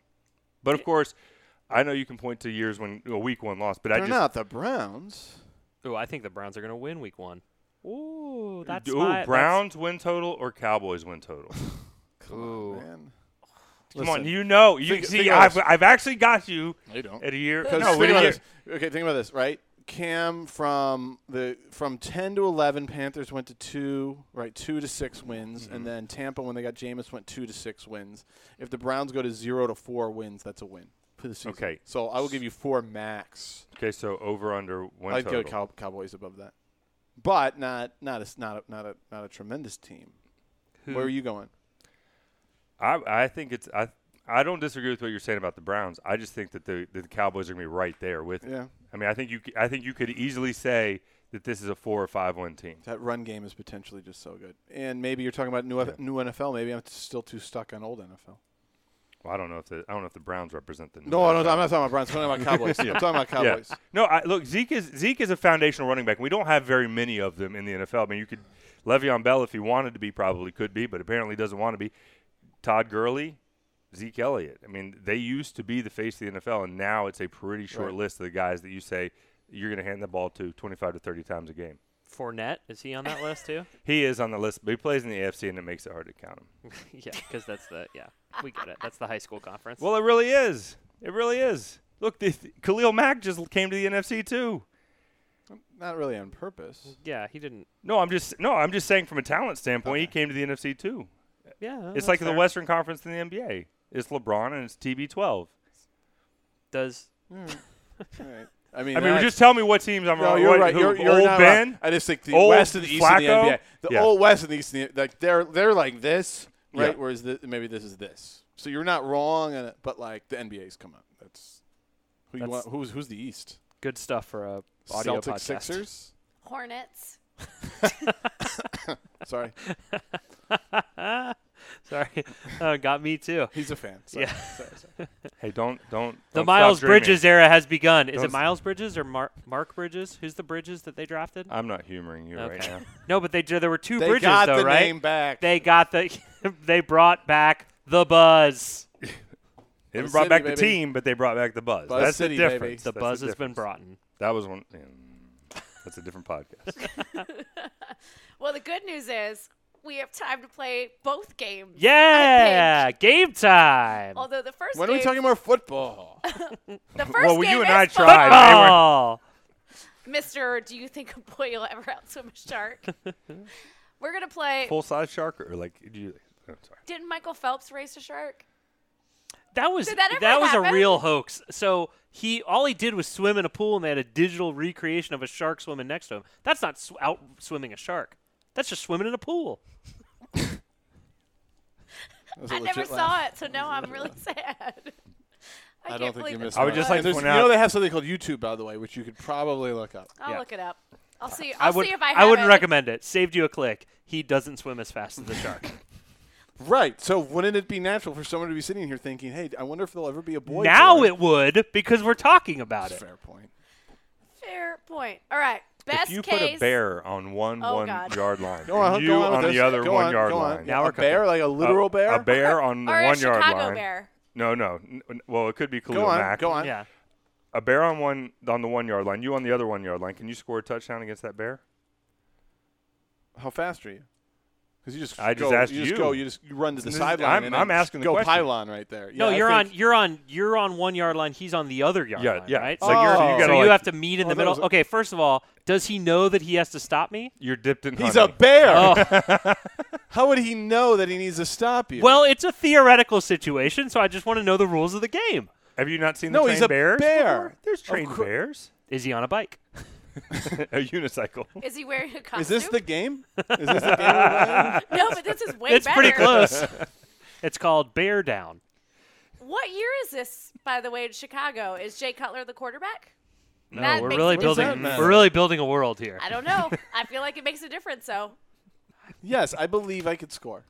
D: But of course, I know you can point to years when a week one loss, but I
A: They're
D: just
A: not the Browns.
B: Ooh, I think the Browns are going to win Week One. Ooh, that's
D: ooh,
B: my,
D: Browns win total or Cowboys win total.
B: That's, ooh,
A: Man.
D: Come
A: Listen,
D: on, you know, you
A: Think-
D: see,
A: think about
D: I've,
A: this.
D: I've actually got you
A: No, you don't.
D: at a year.
A: Because
D: No,
A: think
D: wait a
A: about
D: year.
A: this. Okay, think about this. Right, Cam from the from ten to eleven, Panthers went to two, right, two to six wins,
D: Mm-hmm.
A: and then Tampa when they got Jameis went two to six wins. If the Browns go to zero to four wins, that's a win for the season.
D: Okay.
A: so I will give you four max.
D: Okay, so over under win
A: I'd
D: total.
A: go Cow- Cowboys above that, but not not a s- not a, not a not a tremendous team. Where are you going?
D: I I think it's I I don't disagree with what you're saying about the Browns. I just think that the that the Cowboys are gonna be right there with. it.
A: Yeah.
D: I mean, I think you c- I think you could easily say that this is a four or five win team.
A: That run game is potentially just so good, and maybe you're talking about new F- new NFL. Maybe I'm still too stuck on old NFL.
D: Well, I don't know if the I don't know if the Browns represent the.
A: No, I don't, I'm not talking about Browns. I'm talking about Cowboys. I'm talking about
D: Yeah.
A: Cowboys.
D: No, I, look, Zeke is Zeke is a foundational running back. We don't have very many of them in the NFL. I mean, you could Le'Veon Bell if he wanted to be, probably could be, but apparently doesn't want to be. Todd Gurley, Zeke Elliott. I mean, they used to be the face of the NFL, and now it's a pretty short
A: Right.
D: list of the guys that you say you're going to hand the ball to 25 to 30 times a game.
B: Fournette is he on that list too?
D: He is on the list, but he plays in the AFC, and it makes it hard to count him.
B: yeah, because that's the yeah. We get it. That's the high school conference.
D: Well, it really is. It really is. Look, the, Khalil Mack just came to the NFC too.
A: Not really on purpose.
B: yeah, he didn't.
D: No, I'm just no, I'm just saying from a talent standpoint, he came to the NFC too.
B: Yeah,
D: It's like the Western Conference in the NBA. It's LeBron and it's TB12.
B: does.
A: Right. I mean,
D: I mean,
A: that's-
D: just tell me what teams I'm
A: no,
D: on.
A: you're
D: what,
A: right.
D: who,
A: you're, you're
D: old
A: not
D: Ben.
A: Right. I just think the
D: Old
A: West and the East of the
D: Flacco?
A: NBA. The
D: Yeah.
A: old West and the East, of the, like they're they're like this, right?
D: Yeah.
A: Whereas the, maybe this is this. So you're not wrong, and but like the NBA's come up. That's who you
B: That's-
A: want. Who's who's the East?
B: Good stuff for a audio
A: Celtics,
B: podcast.
A: Sixers.
C: Hornets.
A: Sorry,
B: Sorry, uh, got me too.
A: he's a fan. Sorry.
B: Yeah.
A: Sorry, sorry.
D: Hey, don't don't.
B: The
D: don't
B: Miles
D: stop dreaming.
B: Bridges era has begun. Is
D: Don't
B: it
D: s-
B: Miles Bridges or Mar- Mark Bridges? Who's the Bridges that they drafted?
D: I'm not humoring you right
B: Okay.
D: now.
B: no, but they did- there were two
A: They
B: Bridges
A: got
B: though,
A: the
B: right?
A: name back.
B: They got the they brought back the buzz.
D: They haven't
A: Buzz
D: brought
A: City,
D: back the
A: baby.
D: team, but they brought back the buzz.
A: Buzz
D: That's
A: City,
D: the
A: baby.
D: difference.
B: The
D: That's
B: buzz has been
D: difference.
B: brought in.
D: That was one. mm, That's a different podcast.
C: Well, the good news is we have time to play both games.
B: Yeah, game time.
C: Although the first
A: when are we
C: game-
A: talking more football?
C: the first
D: well,
C: game
D: you
C: is
D: and I
C: fun.
D: tried. They were-
B: Oh,
C: Mister, do you think a boy will ever outswim a shark? We're gonna play.
D: Full size shark or like? do You, oh, sorry.
C: Didn't Michael Phelps race a shark?
B: that was
C: Did that ever
B: was a
C: happen?
B: real hoax. So he all he did was swim in a pool, and they had a digital recreation of a shark swimming next to him. That's not sw- out swimming a shark. That's just swimming in a pool.
A: That was a
C: I never
A: legit laugh.
C: saw it, so now I'm really sad. I,
A: I don't
C: can't
A: think
C: believe
A: you
C: it.
A: missed.
D: I would
A: much.
D: just like to
A: There's-
D: point
A: you
D: out-
A: know they have something called YouTube, by the way, which you could probably look up.
C: I'll
B: Yeah.
C: look it up. I'll see.
B: I
C: I'll
B: would
C: see if I. Have
B: I wouldn't
C: it.
B: recommend it. Saved you a click. He doesn't swim as fast as the shark.
A: Right. So wouldn't it be natural for someone to be sitting here thinking, "Hey, I wonder if there'll ever be a boy"?
B: now
A: born?"
B: it would because we're talking about
A: That's
B: it.
A: a fair point.
C: Fair point. All right. Best
D: If you
C: case.
D: put a bear on one
C: Oh,
D: one
C: God.
D: yard line,
A: Go on,
D: and you
A: go on, with
D: on
A: this.
D: the other
A: go
D: one
A: on,
D: yard
A: go on.
D: line,
B: Now
A: a
B: we're cooking.
A: bear, like a literal
D: a,
A: bear.
D: a bear on the
C: or a
D: one yard
C: Chicago
D: line.
C: bear.
D: No, no. N- n- well, it could be Khalil
A: Go on,
D: Mack.
A: go on.
B: Yeah.
D: A bear on one on the one yard line. You on the other one yard line. Can you score a touchdown against that bear?
A: How fast are you? Because you just
D: I just
A: go,
D: asked
A: just
D: you.
A: go, you just you run to the
D: This is-
A: sideline.
D: I'm-
A: and
D: I'm
A: then
D: asking the
A: go
D: question.
A: pylon right there.
B: No,
A: Yeah, I
B: you're
A: think-
B: on you're on you're on one yard line. He's on the other yard
D: Yeah,
B: line,
D: yeah.
B: right?
D: So
B: So,
A: you're-
B: you're,
A: so you
B: so
D: gotta,
B: you
D: like-
B: have to meet in
A: Oh,
B: the
A: that was
B: middle.
A: a-
B: Okay, first of all, does he know that he has to stop me?
D: You're dipped in.
A: He's a
D: honey.
A: bear. How would he know that he needs to stop you?
B: Well, it's a theoretical situation, so I just want to know the rules of the game.
D: Have you not seen
A: No,
D: the
A: he's
D: trained
A: a
D: bears
A: bear.
D: before? There's
A: Of
D: trained
A: cour-
D: bears.
B: Is he on a bike?
D: a unicycle.
C: Is he wearing a costume?
A: is this the game? Is this the game? we're playing?
C: No, but this is way
B: it's
C: better.
B: pretty close. it's called Bear Down.
C: What year is this, by the way, in Chicago? Is Jay Cutler the quarterback?
B: No,
C: That
B: we're
C: makes-
B: really
C: What
A: does that
B: building
A: matter?
B: we're really building a world here.
C: I don't know. I feel like it makes a difference, though.
A: yes, I believe I could score.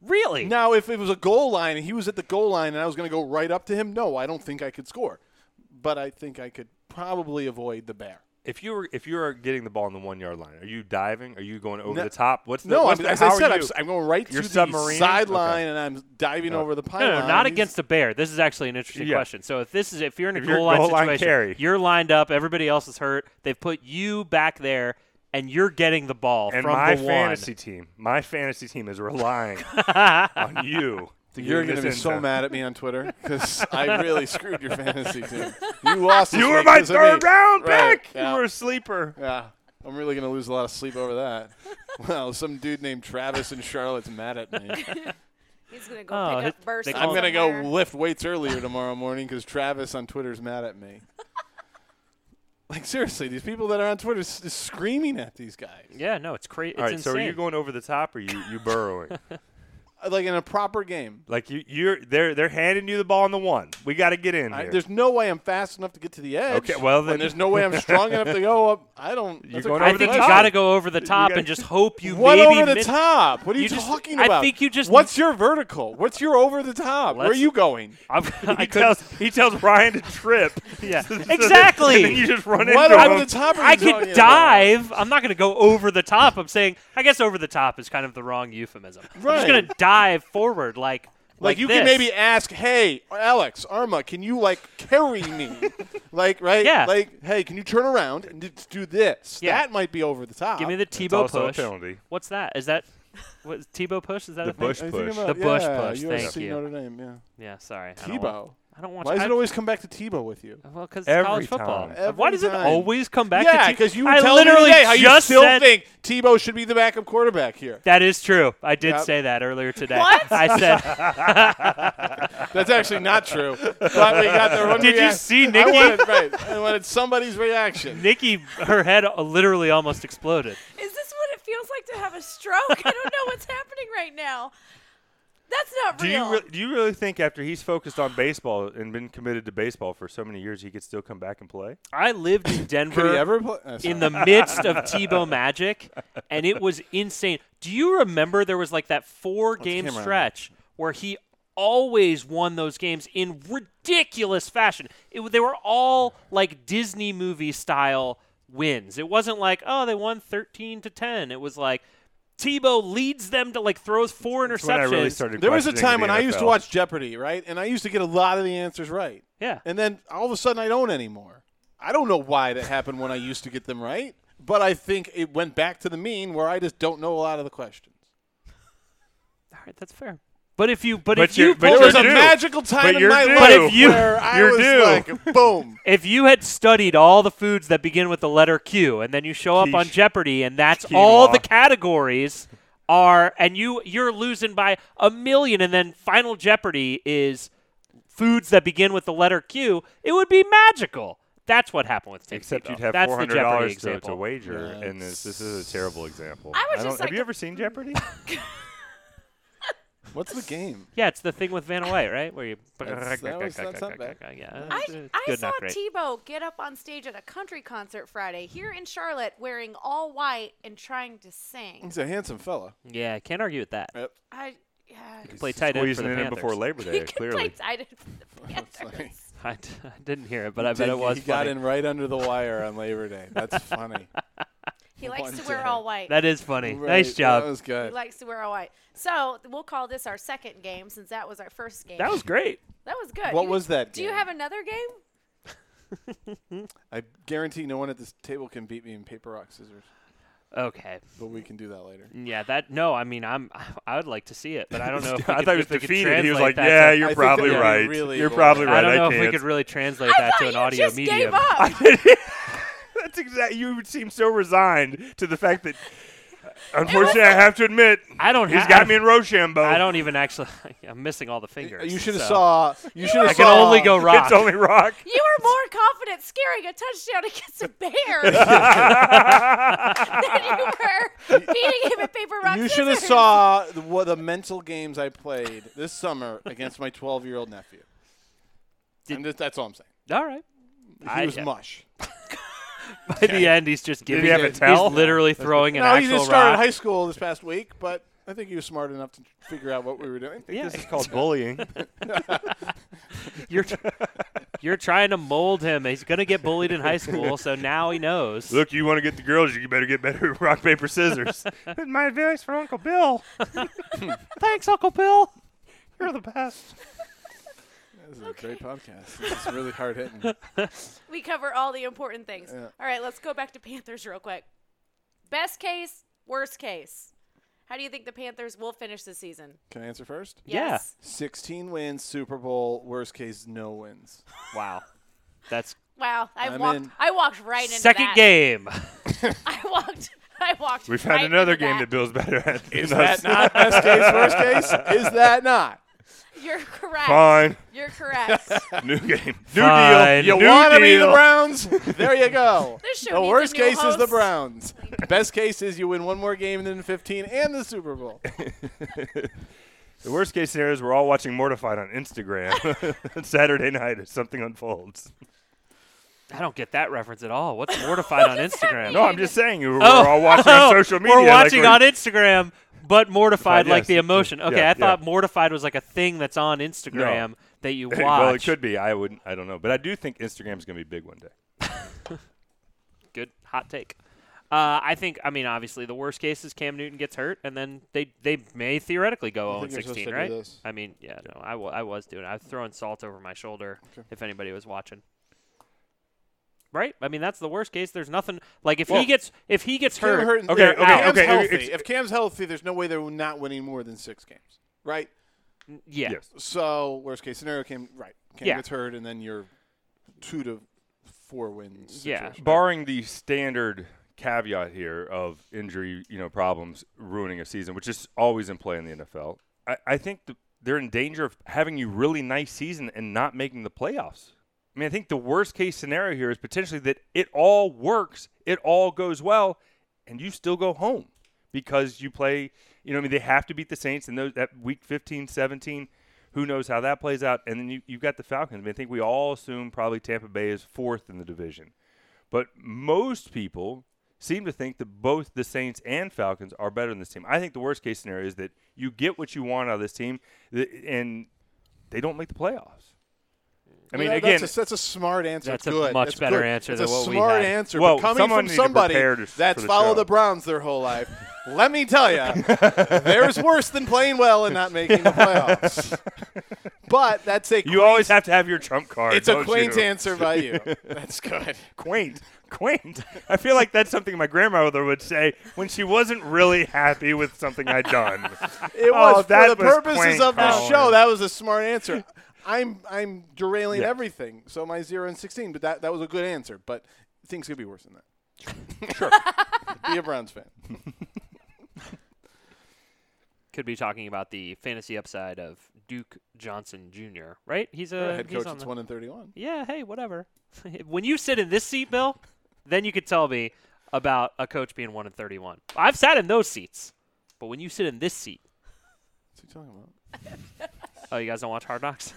B: Really?
A: Now, if it was a goal line and he was at the goal line and I was going to go right up to him, no, I don't think I could score. but I think I could probably avoid the bear.
D: If you were if you are getting the ball on the one yard line, are you diving? Are you going over
A: No.
D: the top? What's the,
A: No,
D: what's
A: I'm,
D: the-
A: as
D: how
A: I
D: are
A: said, I'm,
D: you?
A: s- I'm going right
D: You're
A: to the
D: submarine?
A: sideline and I'm diving over the pylon.
B: No, no, not
A: He's-
B: against a bear. This is actually an interesting
D: Yeah.
B: question. So if this is if you're in a
D: If you're
B: goal, line
D: goal line
B: situation,
D: carry.
B: you're lined up, everybody else is hurt. They've put you back there, and you're getting the ball
D: and
B: from
D: my
B: the
D: fantasy team, my fantasy team is relying
B: one.
D: on you. to
A: You're
D: get
A: going to
D: this
A: be
D: end
A: so
D: zone.
A: mad at me on Twitter because I really screwed your fantasy team. You lost. this
D: You were
A: week
D: my
A: 'cause of me.
D: third round
A: Right,
D: pick.
A: yeah.
D: You were a sleeper.
A: Yeah, I'm really gonna lose a lot of sleep over that. well, some dude named Travis in Charlotte's mad at me.
C: He's gonna go
B: Oh,
C: pick
B: it-
C: up burst.
B: they
A: I'm
B: call
A: gonna
B: it-
A: go lift weights earlier tomorrow morning because Travis on Twitter's mad at me. Like seriously, these people that are on Twitter s- is screaming at these guys.
B: yeah, no, it's crazy. It's
D: All right,
B: insane.
D: so are you going over the top or you you burrowing?
A: Uh, Like in a proper game,
D: like you you're they're they're handing you the ball on the one. We got to get in
A: I,
D: here.
A: there's no way I'm fast enough to get to the edge.
D: Okay, well,
A: and
D: then-
A: there's no way I'm strong enough to go up. I don't.
D: You're
A: that's a
D: going
B: I
A: crazy
D: over the
B: think you
D: top.
B: got to go over the top
D: gotta-
B: and just hope you
A: What
B: maybe
A: over the
B: miss-
A: top? What are you,
B: You just-
A: talking
B: I
A: about?
B: think you just-
A: What's your vertical? What's your over the top? Where are
B: Let's-
A: you going?
B: I'm, I
D: he
B: could-
D: tells he tells Ryan to trip.
B: Yeah.
D: So that-
B: Exactly.
D: And then you just run
A: What
D: into
A: over
D: him.
A: the top? Are you
B: I
A: talking
B: could
A: about?
B: dive. I'm not going to go over the top. I'm saying I guess over the top is kind of the wrong euphemism. I'm
A: Right.
B: just going to dive forward like
A: Like, you can
B: this.
A: maybe ask, hey, Alex, Arma, can you like carry me? like, right?
B: Yeah.
A: Like, hey, can you turn around and d- do this?
B: Yeah.
A: That might be over the top.
B: Give me the Tebow
D: also a
B: push.
D: penalty.
C: Oh,
B: What's that? Is that what, Tebow push? Is that
D: The
B: a thing?
D: Bush
A: I think
D: push.
A: about-
B: The Bush
A: yeah,
B: push,
A: USC
B: thank you.
A: Notre Dame, yeah.
B: Yeah, sorry. I don't want-
A: Tebow.
B: I don't want.
A: Why
B: to,
A: does
B: I,
A: it always come back to Tebow with you?
B: Well, because
D: Every
B: college football.
D: time.
A: Every
B: Why does it
A: time.
B: always come back?
A: yeah,
B: to
A: because you were
B: I
A: telling
B: literally
A: me today how you
B: just
A: still
B: said,
A: think Tebow should be the backup quarterback here.
B: That is true. I did
A: Yep.
B: say that earlier today.
C: What?
B: I said,
A: That's actually not true. But we got the one
B: Did you
A: reac-
B: see
A: I
B: Nikki?
A: wanted, right. I wanted somebody's reaction.
B: Nikki, her head literally almost exploded.
C: Is this what it feels like to have a stroke? I don't know what's happening right now. That's not
D: Do
C: real.
D: you re- do you really think after he's focused on baseball and been committed to baseball for so many years he could still come back and play?
B: I lived in Denver.
A: Could he ever play? Uh, sorry.
B: in the midst of Tebow magic, and it was insane. Do you remember there was like that four game
A: camera on?
B: stretch where he always won those games in ridiculous fashion? It, w- they were all like Disney movie style wins. It wasn't like oh they won thirteen to ten. It was like Tebow leads them to like throws four interceptions.
D: That's when I really started.
A: There was a
D: questioning
A: time
D: the
A: when I used to
D: NFL.
A: watch Jeopardy, right? And I used to get a lot of the answers right.
B: Yeah.
A: And then all of a sudden I don't anymore. I don't know why that happened when I used to get them right, but I think it went back to the mean where I just don't know a lot of the questions.
B: all right, that's fair. But if you but,
D: But
B: if you
D: you're- but
B: pulled
A: There was a
D: due.
A: magical time
D: But
A: in
D: you're
A: my
D: due.
A: life
B: But if you-
A: where I
D: you're
A: was
D: due.
A: like, boom.
B: If you had studied all the foods that begin with the letter Q, and then you show up on
D: Quiche.
B: Jeopardy, and that's all
D: Quinoa.
B: the categories are, and you you're losing by a million, and then Final Jeopardy is foods that begin with the letter Q. It would be magical. That's what happened with Tim
D: Except
B: Tebow.
D: you'd have
B: that's
D: four
B: the
D: hundred
B: Jeopardy
D: dollars to,
B: example.
D: to wager,
A: Yeah,
D: and this this is a terrible example.
C: I was
D: don't-
C: just
D: have
C: like-
D: you ever seen Jeopardy?
A: What's the game?
B: Yeah, it's the thing with Van White, right? Where you
A: That's- that was- that's not bad.
B: Yeah,
C: I,
B: it's good,
C: I
B: not
C: saw
B: great.
C: Tebow get up on stage at a country concert Friday here in Charlotte wearing all white and trying to sing.
A: He's a handsome fella.
B: yeah, I can't argue with that.
A: Yep.
C: I yeah.
B: Play tight end for
D: Uh, Squeezing
B: the
D: it in before
B: Panthers.
D: Labor
C: He
D: Day.
C: could
D: Clearly,
C: play tight end for the
A: funny.
C: Panthers.
B: I, d- I didn't hear it, but I bet
A: Did-
B: it was
A: he got
B: funny.
A: in right under the wire on Labor Day. That's funny.
C: He likes to
A: One
C: wear
A: day.
C: all white.
B: That is funny.
A: Right,
B: Nice job.
A: That was
C: he
A: good.
C: likes to wear all white. So we'll call this our second game since that was our first game.
B: That was great.
C: That was good.
A: What
C: You-
A: was that
C: Do you
A: game?
C: have another game?
A: I guarantee no one at this table can beat me in paper, rock, scissors,
B: Okay.
A: but we can do that later.
B: Yeah, that no, I mean I'm I would like to see it, but I don't know if we
D: I
B: could-
D: thought he was
B: if we could
D: defeated. He was
B: translate
D: like,
B: that to-
D: "Yeah,
A: I
D: you're
A: think that
D: probably
A: would be
D: right.
A: really
D: You're
A: cool.
D: probably
B: I
D: right.
B: don't know if we
D: can't."
B: could really translate
C: I
B: that
C: thought
B: to an
C: you
B: audio
C: just
B: medium.
C: gave up.
D: That's exact. You seem so resigned to the fact that. Unfortunately, I have to admit,
B: I don't
D: He's
B: ha-
D: got
B: I've-
D: me in Rochambeau.
B: I don't even actually. I'm missing all the fingers.
A: You should have
B: so.
A: saw. You should have
B: I can
A: saw.
B: only go rock.
D: It's only rock.
C: You were more confident scaring a touchdown against a bear than you were beating him at paper rock
A: You should
C: scissors.
A: have saw the, what the mental games I played this summer against my 12 year old nephew. And just, that's all I'm saying.
B: all right.
A: He
B: I-
A: was mush.
B: By the end, he's just giving.
D: he have a
B: he's
D: towel?
B: literally throwing an
A: No, he
B: actual
A: just started
B: rock.
A: high school this past week, but I think he was smart enough to figure out what we were doing.
B: Yeah.
D: This is called bullying.
B: You're You're trying to mold him. He's gonna get bullied in high school, so now he knows.
D: Look, you want to get the girls, you better get better at rock, paper, scissors. My advice for Uncle Bill.
B: Thanks, Uncle Bill.
D: You're the best.
A: This is a great podcast. This is really hard hitting.
C: We cover all the important things.
A: Yeah.
C: All right, let's go back to Panthers real quick. Best case, worst case. How do you think the Panthers will finish the season?
A: Can I answer first?
B: Yeah.
C: Yes.
A: 16 wins, Super Bowl. Worst case, no wins.
B: Wow, that's
C: Wow, I
A: I'm
C: walked.
A: in.
C: I walked right into
B: second
C: that.
B: game.
C: I walked. I walked.
D: We've had
C: right
D: another
C: into
D: game
C: that.
D: that. Bill's better at. Is
A: not best case, worst case? Is that not?
C: You're correct.
D: fine?
C: You're correct.
D: New game. New
B: Fine.
D: deal.
A: You
D: New
A: want to be the
D: deal.
A: Browns? There you go.
C: This show
A: the
C: needs a
A: worst
C: new
A: case is the
C: host.
A: Browns. Best case is you win one more game than 15 and the Super Bowl.
D: The worst case scenario is we're all watching Mortified on Instagram on Saturday night as something unfolds.
B: I don't get that reference at all. What's mortified on Instagram?
D: No, I'm just saying we're all watching
B: Oh,
D: on social media.
B: We're
D: like
B: watching on Instagram, but mortified
D: Mortified,
B: like
D: yes.
B: the emotion. Okay,
D: Yeah,
B: I thought
D: yeah.
B: mortified was like a thing that's on Instagram that you watch.
D: well, it could be. I wouldn't. I don't know, but I do think Instagram's going to be big one day.
B: Good hot take. Uh, I think. I mean, obviously, the worst case is Cam Newton gets hurt, and then they they may theoretically go 0
A: think you're supposed
B: 16,
A: to do
B: right?
A: this.
B: I mean, yeah, no, I wa- I was doing. it. I was throwing salt over my shoulder. If anybody was watching. Right, I mean that's the worst case. There's nothing like if
D: Well,
B: he gets if he gets
A: Cam
B: hurt.
A: Hurton-
D: Okay,
B: they're
D: okay,
B: out.
A: Cam's
D: okay,
A: healthy.
D: it's-
A: If Cam's healthy, there's no way they're not winning more than six games, right?
B: Yeah,
D: Yes.
A: So worst case scenario, Cam right. Cam
B: Yeah.
A: gets hurt, and then you're two to four wins.
B: Yeah.
A: situation.
D: Barring the standard caveat here of injury, you know, problems ruining a season, which is always in play in the NFL, I, I think the, they're in danger of having a really nice season and not making the playoffs. I mean, I think the worst case scenario here is potentially that it all works, it all goes well, and you still go home because you play, you know, I mean, they have to beat the Saints in those that week 15, 17. Who knows how that plays out? And then you, you've got the Falcons. I mean, I think we all assume probably Tampa Bay is fourth in the division. But most people seem to think that both the Saints and Falcons are better than this team. I think the worst case scenario is that you get what you want out of this team, th- and they don't make the playoffs. I mean,
A: Yeah,
D: again,
A: that's a, that's a smart answer.
B: That's
A: It's
B: a
A: good.
B: much
A: That's
B: better
A: good.
B: answer
A: It's
B: than
A: a
B: what we
A: smart
B: had.
A: answer.
D: Well,
A: but coming
D: someone
A: from
D: needed to
A: somebody
D: prepare to-
A: that's
D: for the
A: followed
D: show.
A: the Browns their whole life, let me tell you, there's worse than playing well and not making the playoffs. but that's a
D: you always have to have your trump card.
A: it's a
D: don't
A: quaint
D: you?
A: answer by you. That's good.
D: Quaint, quaint. I feel like that's something my grandmother would say when she wasn't really happy with something I'd done.
A: It
D: Oh,
A: was
D: that
A: for the
D: was
A: purposes
D: quaint,
A: of this
D: Colin.
A: show. That was a smart answer. I'm I'm derailing
D: Yeah.
A: everything. So my zero and sixteen, but that that was a good answer. But things could be worse than that. Sure. be a Browns fan.
B: could be talking about the fantasy upside of Duke Johnson Jr. Right? He's a
A: Head
B: he's
A: coach.
B: on
A: It's
B: the-
A: one and thirty-one.
B: Yeah. Hey, whatever. when you sit in this seat, Bill, then you could tell me about a coach being one and thirty-one. I've sat in those seats, but when you sit in this seat,
A: What's he talking about?
B: oh, you guys don't watch Hard Knocks.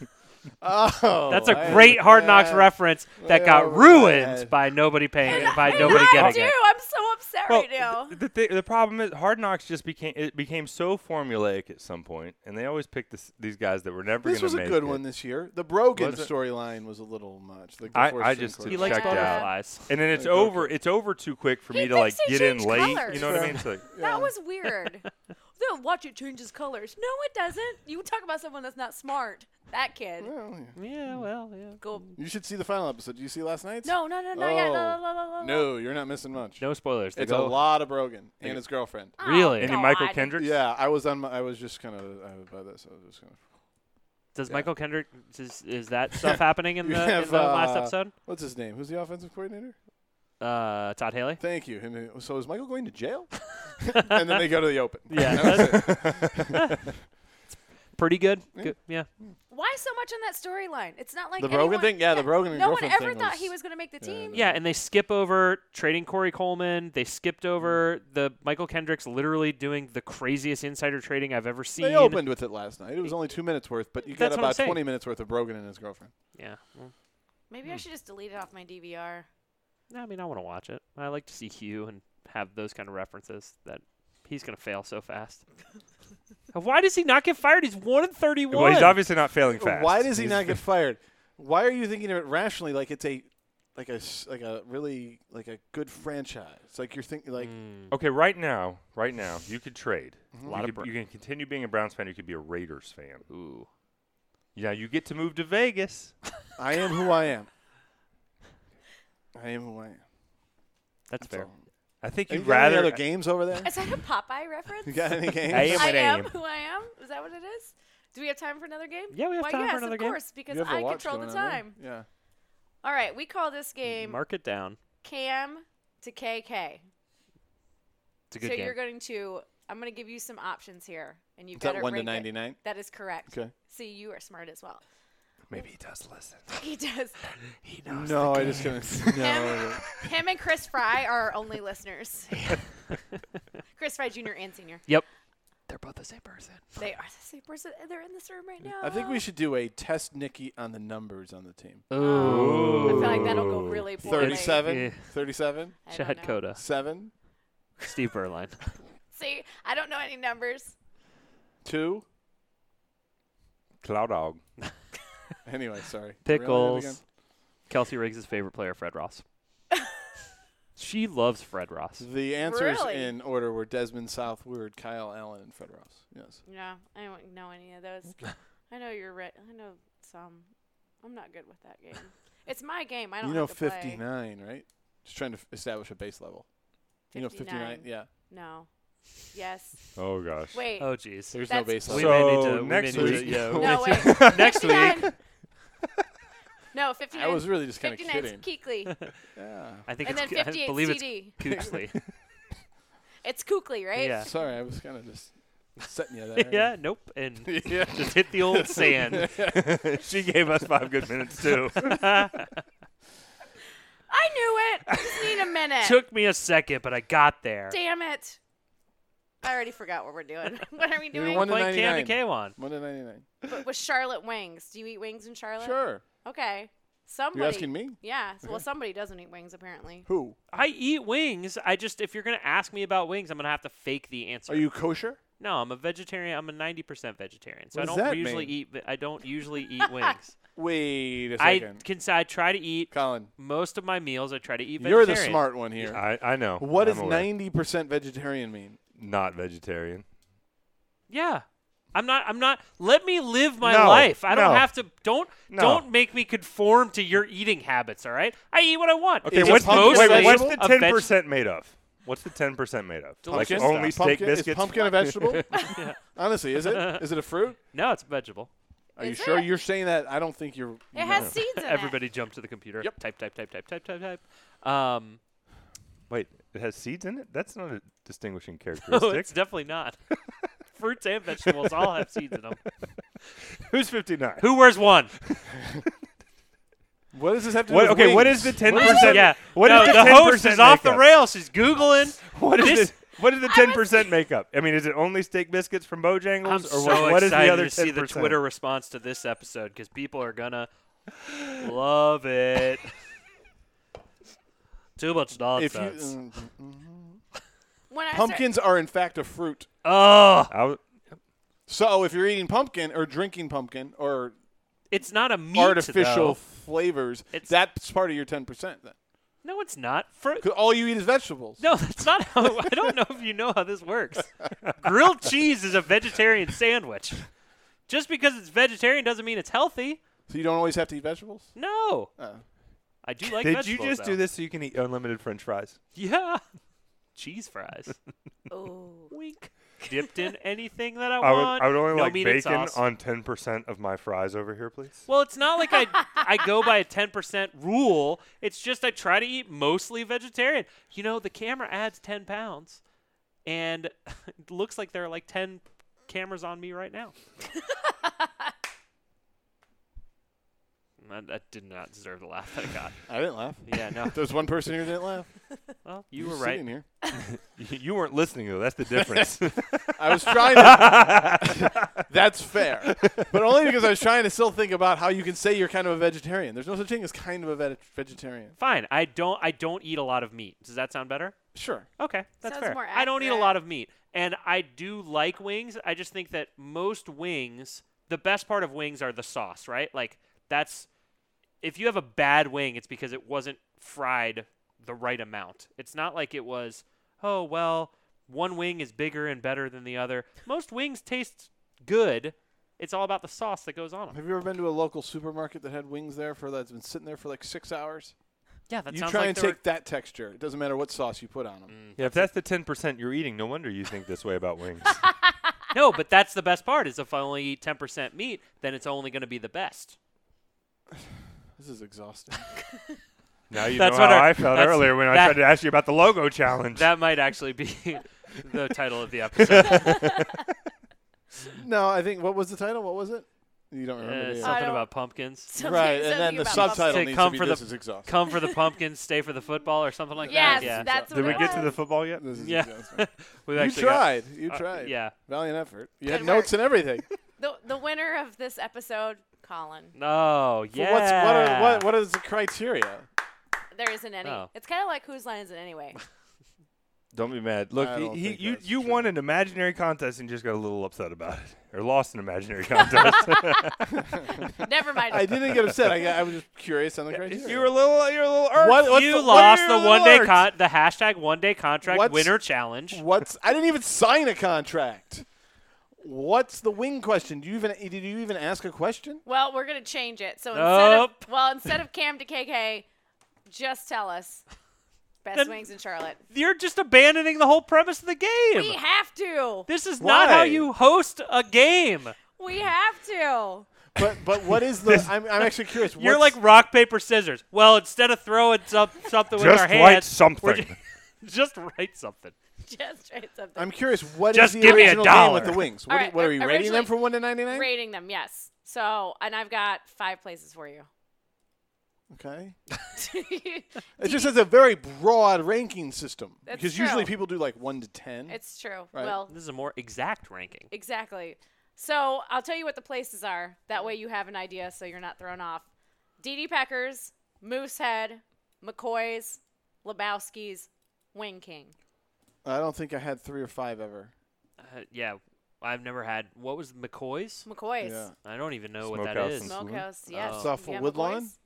A: Oh,
B: That's a
A: I-
B: great Hard Knocks
A: yeah.
B: reference that
A: All
B: got
A: right.
B: ruined by nobody paying, by
C: I
B: nobody
C: know,
B: getting
C: dude,
B: it.
C: I'm so upset
D: Well,
C: right now.
D: th- The, thi- the problem is Hard Knocks just became it became so formulaic at some point, and they always picked this, these guys that were never going
A: This
D: to
A: was
D: make
A: a good
D: it.
A: one this year. The Brogan
D: Was it?
A: storyline was a little much. Like the
D: I,
A: fourth
D: I
A: string
D: just
A: quarterback.
B: He likes
D: checked out.
B: butterflies.
D: And then it's
A: Like, okay.
D: over. It's over too quick for
C: He
D: me to like
C: thinks they
D: get in
C: changed
D: late.
C: colours.
D: You know what I mean? It's like,
A: Yeah.
C: That was weird. no, watch it changes colors. No, it doesn't. You talk about someone that's not smart. That kid.
A: Well, yeah.
B: Yeah. Well. Yeah.
C: Go.
A: You should see the final episode. Did you see last night's?
C: No, no, no, no, yeah, no,
A: Oh.
C: no, no, no, no.
A: No, you're not missing much.
B: No spoilers. They
A: it's
B: go-
A: a lot of Brogan and his girlfriend.
C: Oh,
B: Really?
D: any
C: God.
D: Michael Kendricks?
A: Yeah, I was on. My, I was just kind of by this. I was just kind of.
B: Does
A: Yeah.
B: Michael Kendrick is, is that stuff happening in
A: You
B: the,
A: have,
B: in the last
A: uh,
B: episode?
A: What's his name? Who's the offensive coordinator?
B: Uh, Todd Haley.
A: Thank you. Him- So is Michael going to jail? and then they go to the open.
B: Yeah,
A: That was it.
B: Pretty good. Good- Yeah.
C: Why so much on that storyline? It's not like
A: The Brogan
C: anyone-
A: thing? Yeah, the Brogan and
C: No one
A: girlfriend
C: ever
A: thing
C: thought
A: was-
C: he was going to make the
A: Yeah,
C: team.
A: no.
B: Yeah, and they skip over trading Corey Coleman. They
A: Mm.
B: skipped over the Michael Kendricks literally doing the craziest insider trading I've ever seen.
A: They opened with it last night. It was only two minutes worth, but you got
B: That's what I'm
A: about
B: saying.
A: 20 minutes worth of Brogan and his girlfriend.
B: Yeah. well,
C: Maybe I should just delete it off my DVR.
B: I mean, I want to watch it. I like to see Hugh and have those kind of references that he's going to fail so fast. Uh, Why does he not get fired? He's 1 in 31.
D: well, he's obviously not failing fast.
A: Why does he
D: He's-
A: not get fired? why are you thinking of it rationally like it's a like a s- like a really like a good franchise? Like you're thinking like
D: Okay, right now, right now, you could trade.
B: A
D: You,
B: lot of
D: could-
B: Bra-
D: you can continue being a Browns fan. You could be a Raiders fan.
B: Ooh.
D: Yeah, you get to move to Vegas.
A: I am who I am. I am who I am.
B: That's, fair.
A: all.
D: I think
A: Have
D: you'd
A: you got any
D: rather
A: other games over there?
C: Is that a Popeye reference?
A: You got any games?
D: I am
C: I
D: what I
C: am
D: am.
C: who I am. Is that what it is? Do we have time for another game?
B: Yeah, we have
C: Why,
B: time for
C: yes,
B: another
C: of
B: game.
C: course, because
A: You have the
C: I
A: watch
C: control the
A: going on there.
C: time.
A: Yeah.
C: All right, we call this game
B: Mark it down.
C: Cam to KK.
B: It's a good
C: so
B: game.
C: you're going to. I'm going to give you some options here, and you've
A: Is
C: got
A: that one to ninety nine?
C: That is correct.
A: Okay.
C: See, you are smart as well.
D: Maybe he does listen.
C: He does.
B: he
A: No, I just couldn't. No.
C: Him and Chris Fry are our only listeners. Chris Fry Jr. and Senior.
B: Yep. They're both the same person.
C: They are the same person. They're in this room right now.
A: I think we should do a test Nikki on the numbers on the team.
C: Oh. I feel like that'll go really poorly.
A: 37,
B: Yeah.
A: 37,
C: I don't
B: Chad
C: know.
B: Coda.
A: 7,
B: Steve Berline.
C: See, I don't know any numbers.
A: 2.
D: Cloud dog.
A: Anyway, sorry. Really? Again?
B: Pickles. Kelsey Riggs' favorite player, Fred Ross. she loves Fred Ross.
A: The answers
C: Really?
A: in order were Desmond Southward, Kyle Allen, and Fred Ross. Yes.
C: No, I don't know any of those. I know you're right. I know some. I'm not good with that game. It's my game. I don't
A: You know
C: have to play.
A: 59, right? Just trying to f- establish a base level. You know 59?
C: 59.
A: Yeah.
C: No. Yes.
D: Oh gosh.
A: Uh,
C: Wait.
B: Oh, jeez.
A: There's
C: That's-
A: no base
B: We
A: level.
B: may need to,
D: So-
B: we may
D: next
B: need to-
A: week-
B: yeah, we
A: No,
B: may
C: no,
B: need
C: wait.
B: to- next week.
C: 59. no, 59.
A: I was really just kind of
C: 59 is
A: kidding.
C: Keekly.
A: Yeah.
B: I think
C: and then
B: it's, I
C: 58
B: believe it's
C: CD.
B: Kooksley.
C: It's Kukli, right?
B: Yeah.
A: Sorry, I was kind of just setting you there.
B: yeah, nope. And
A: yeah.
B: just hit the old sand.
D: she gave us five good minutes too.
C: I knew it. I just need a minute.
B: Took me a second, but I got there.
C: Damn it. I already forgot what we're doing. what are we
A: You're
C: doing?
A: one-
B: Playing Candy
A: 99.
B: K1.
A: One to 99.
C: But with Charlotte wings. Do you eat wings in Charlotte?
A: Sure.
C: Okay. Somebody.
A: You're asking me?
C: Yeah. Well, somebody doesn't eat wings apparently.
A: Who?
B: I eat wings. I just, if you're going to ask me about wings, I'm going to have to fake the answer.
A: Are you kosher?
B: No, I'm a vegetarian. I'm a 90% vegetarian. So
A: What
B: I
A: does
B: don't
A: that
B: usually
A: mean?
B: eat ve- I don't usually eat wings.
A: Wait a
B: I
A: second.
B: can say I try to eat
A: Colin,
B: most of my meals I try to eat
A: you're
B: vegetarian.
A: the smart one here.
D: I, I know.
A: What
D: I'm
A: does
D: aware.
A: 90% vegetarian mean?
D: Not vegetarian.
B: Yeah. I'm not I'm not let me live my
D: No,
B: life. I don't
D: no.
B: have to don't
D: No.
B: don't make me conform to your eating habits, all right? I eat what I want.
D: Okay,
A: Is
D: what's
A: it pumpkin
D: wait, wait, what's
A: vegetable?
D: the
B: A veg-
D: ten percent made of? What's the ten percent made of?
B: Delicious
D: like only
A: stuff.
D: steak
A: pumpkin, Is
D: biscuits.
A: pumpkin a vegetable? Honestly, is it? Is it a fruit?
B: No, it's a vegetable.
A: Are you
C: Is
A: sure
C: it?
A: you're saying that? I don't think you're.
C: It has seeds in it.
B: Everybody jumped to the computer.
A: Yep.
B: Type type type type type type type. Um
D: Wait, it has seeds in it. That's not a distinguishing
B: no, it's
D: characteristic.
B: definitely not. Fruits and vegetables all have seeds in them.
D: Who's fifty nine?
B: Who wears one?
A: What does this have to do
D: What,
A: with
D: okay, what is the
A: wings?
D: ten
B: What is it?
D: percent?
B: Yeah.
D: What
B: no,
D: is the
B: the
D: 10%
B: host is off the
D: makeup?
B: rails. She's googling.
D: What is
B: This-
D: it? What is the ten percent makeup? I mean, is it only steak biscuits from Bojangles,
B: I'm
D: or
B: so
D: what, what is
B: excited
D: the other
B: to see the
D: 10%?
B: Twitter response to this episode because people are gonna love it. Too much
A: If you,
B: nonsense.
A: mm,
C: When I
A: pumpkins are in fact a fruit.
B: oh,
D: I w-
A: So if you're eating pumpkin or drinking pumpkin or
B: it's not a meat.
A: artificial
B: though.
A: flavors,
B: It's-
A: that's part of your 10%. Then.
B: No, it's not. Fr-
A: 'Cause all you eat is vegetables.
B: no, that's not how. I don't know if you know how this works. Grilled cheese is a vegetarian sandwich. Just because it's vegetarian doesn't mean it's healthy.
A: So you don't always have to eat vegetables?
B: No,
A: Oh.
B: I do like.
D: Did you
B: vegetables,
D: just
B: though.
D: do this so you can eat unlimited French fries?
B: Yeah, cheese fries.
C: oh.
B: Wink. Dipped in anything that I
D: I would,
B: want.
D: I would only
B: no
D: like
B: meat and
D: bacon
B: sauce.
D: on 10% of my fries over here, please.
B: Well, it's not like I I go by a 10% rule. It's just I try to eat mostly vegetarian. You know, the camera adds 10 pounds, and it looks like there are like 10 cameras on me right now. I, I did not deserve the laugh that I got.
A: I didn't laugh.
B: Yeah, no.
A: There's one person here that didn't laugh.
B: Well, you
A: He's
B: were right.
A: sitting here.
D: you weren't listening, though. That's the difference.
A: I was trying to. that's fair. But only because I was trying to still think about how you can say you're kind of a vegetarian. There's no such thing as kind of a veg- vegetarian.
B: Fine. I don't I don't eat a lot of meat. Does that sound better?
A: Sure.
B: Okay, that's
C: Sounds
B: fair.
C: more
B: I don't eat a
C: accurate.
B: lot of meat, and I do like wings. I just think that most wings, the best part of wings are the sauce, right? Like that's if you have a bad wing, it's because it wasn't fried the right amount. It's not like it was, oh, well, one wing is bigger and better than the other. Most wings taste good. It's all about the sauce that goes on them.
A: Have you ever been to a local supermarket that had wings there for that's been sitting there for like six hours?
B: Yeah, that
A: you
B: sounds
A: try
B: like
A: and
B: there were- Mm.
A: take that texture. It doesn't matter what sauce you put on them.
D: Yeah, if that's the 10% you're eating, no wonder you think this way about wings.
B: No, but that's the best part is if I only eat 10% meat, then it's only going to be the best.
A: This is exhausting.
D: now you
B: That's
D: know
B: what
D: how
B: our-
D: I felt
B: that's-
D: earlier when I
B: that-
D: tried to ask you about the logo challenge.
B: That might actually be the title of the episode.
A: no, I think what was the title? What was it? You don't remember.
B: Uh,
A: do you?
C: I
B: something
C: don't-
B: about pumpkins.
C: Something-
A: right, and then
C: something
A: the
C: about
A: subtitle
B: Say
A: needs
B: come
A: to be
B: for the-
A: this is exhausting.
B: Come for the pumpkins, stay for the football, or something like
C: Yes,
B: that. Yeah,
C: that's what
D: Did we
C: it
D: get to
C: was.
D: the football yet?
A: This is
B: Yeah.
A: exhausting.
B: We've
A: you
B: actually got-
A: tried. you
B: uh,
A: tried.
B: yeah.
A: Valiant effort. You had
C: Good
A: notes and everything.
C: The, the winner of this episode, Colin.
B: Oh,
A: But
B: yeah.
A: What's what, are, what? What is the criteria?
C: There isn't any.
B: Oh.
C: It's kind of like whose line is it anyway?
D: Don't be mad. Look,
A: I
D: he,
A: don't
D: he,
A: think
D: you
A: that's
D: you
A: true.
D: won an imaginary contest and just got a little upset about it, or lost an imaginary contest.
C: Never mind.
A: I didn't get upset. I, got, I was just curious on the criteria.
D: you were a little, you're a little. Irked.
A: What- what's
B: you
A: the- what
B: lost
A: are
B: the
A: your
B: one day
A: alerts?
B: con- the hashtag one day contract
A: What's-
B: winner challenge.
A: What's? I didn't even sign a contract. What's the wing question? Do you even? Did you even ask a question?
C: well, we're gonna change it. So instead
B: Nope.
C: of well, instead of Cam to KK, just tell us best
B: Then-
C: wings in Charlotte.
B: You're just abandoning the whole premise of the game.
C: We have to.
B: this is not how
A: Why?
B: you host a game.
C: We have to.
A: But but what is the? I'm, I'm actually curious.
B: You're
A: what's-
B: like rock paper scissors. Well, instead of throwing some, something with
D: Just
B: our
D: write
B: hands, we're
D: something.
B: ju- just write something.
C: Just write something.
A: I'm curious. What is
B: Just
A: the
B: give me a
A: original game
B: dollar.
A: with the wings? What,
C: All
A: are-
C: right, uh,
A: what are we rating
C: originally-
A: them from one to ninety nine?
C: Rating them, yes. So, and I've got five places for you.
A: Okay.
C: it's
A: It just has a very broad ranking system
C: That's
A: because usually
C: true.
A: people do like one to ten.
C: true.
A: Right.
C: Well,
B: This is a more exact ranking.
C: Exactly. So I'll tell you what the places are. That way you have an idea so you're not thrown off. DD Peckers, Moosehead, McCoy's, Lebowski's, Wing King.
A: I don't think I had three or five ever.
B: Uh, yeah, I've never had. What was McCoy's?
C: McCoy's.
A: Yeah. Mm-hmm.
B: I don't even know what that
D: Smokehouse
B: is.
D: and-
C: Smokehouse, yes.
B: Oh.
A: Stuff for
C: yeah,
A: Woodlawn?
C: McCoy's.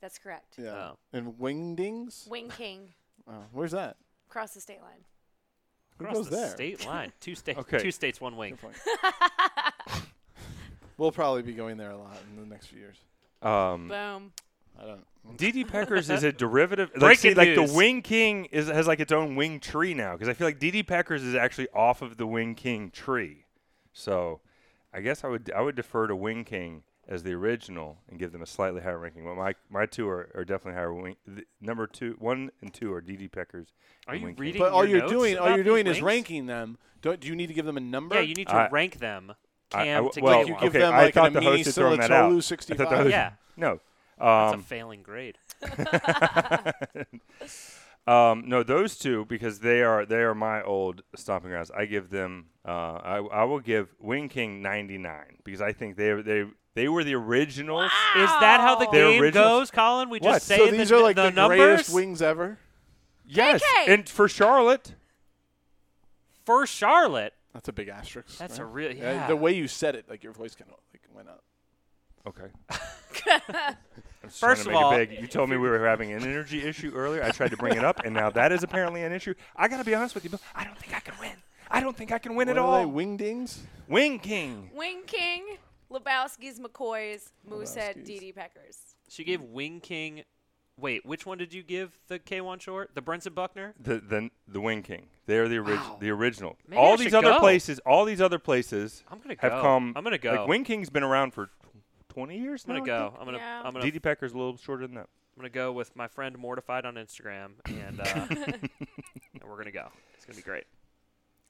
C: That's correct.
A: Yeah.
B: Oh.
A: And wingdings.
C: Wing King.
A: Oh, where's that?
C: Cross the state line.
A: Who
B: Across
A: goes
B: the
A: there?
B: state line, two states,
D: Okay.
B: two states, one wing.
A: Good point. we'll probably be going there a lot in the next few years.
D: Um,
A: Mm.
C: Boom.
A: I don't.
D: DD Peckers is a derivative. Like,
B: Breaking
D: see, like
B: news.
D: the Wing King is has like its own wing tree now because I feel like DD Peckers is actually off of the Wing King tree. So, I guess I would I would defer to Wing King as the original and give them a slightly higher ranking. But my my two are, are definitely higher. Wing th- number two, one and two are DD Peckers.
B: Are
D: and
B: you
D: Wing King.
B: reading
A: But all
B: your
A: you're
B: notes
A: doing, all
B: about
A: you're
B: these
A: doing is
B: wings?
A: ranking them. Don't do you need to give them a number?
B: Yeah, you need to
D: I-
B: rank them.
D: I- I
B: Cam
D: w-
B: to
D: well,
A: Like you
B: Gilmore.
A: give
D: okay,
A: them,
D: I
A: like, an
D: thought the
A: Amini
D: host had thrown that
A: Solitolu
D: out. I thought
A: 65.
D: the host-
B: Yeah.
D: No.
B: That's
D: Um,
B: a failing grade.
D: Um, no, those two because they are they are my old stomping grounds. I give them. Uh, I I will give Wing King ninety nine because I think they they they were the originals.
B: Is that how the
C: Wow.
D: They're
B: game
D: original-
B: goes, Colin? We
D: What?
B: just say
A: so
B: the,
A: these are like
B: the,
A: the,
B: numbers.
A: greatest wings ever.
D: Yes,
C: KK.
D: and for Charlotte,
B: for Charlotte.
A: That's a big asterisk.
B: That's
A: right?
B: a
D: Uh,
B: real
A: Yeah,
B: yeah.
A: The way you said it, like your voice kind of like went up.
D: okay.
B: First of all,
D: you told me we were having an energy issue earlier. I tried to bring it up, and now that is apparently an issue. I gotta be honest with you, Bill. I don't think I can win. I don't think I can win
A: What
D: at
A: are
D: all.
A: they? Wingdings.
D: Wing King.
C: Wing King, Lebowski's, McCoy's, Moosehead,
A: Lebowski's.
C: DD Peckers.
B: she gave Wing King. Wait, which one did you give the K1 short? The Brenson Buckner?
D: The the the Wing King. They are the original. The original.
B: Maybe I
D: all
B: should
D: these other
B: go.
D: places. All these other places.
B: I'm gonna
D: have
B: go.
D: come.
B: I'm gonna go.
D: Like Wing King's been around for tw- 20 years.
B: I'm gonna
D: now, I
B: go.
D: think.
B: I'm gonna.
C: Yeah.
B: I'm gonna. I'm
D: DD Pecker's a little shorter than that.
B: gonna go with my friend Mortified on Instagram, and, uh, and we're gonna go. It's gonna be great.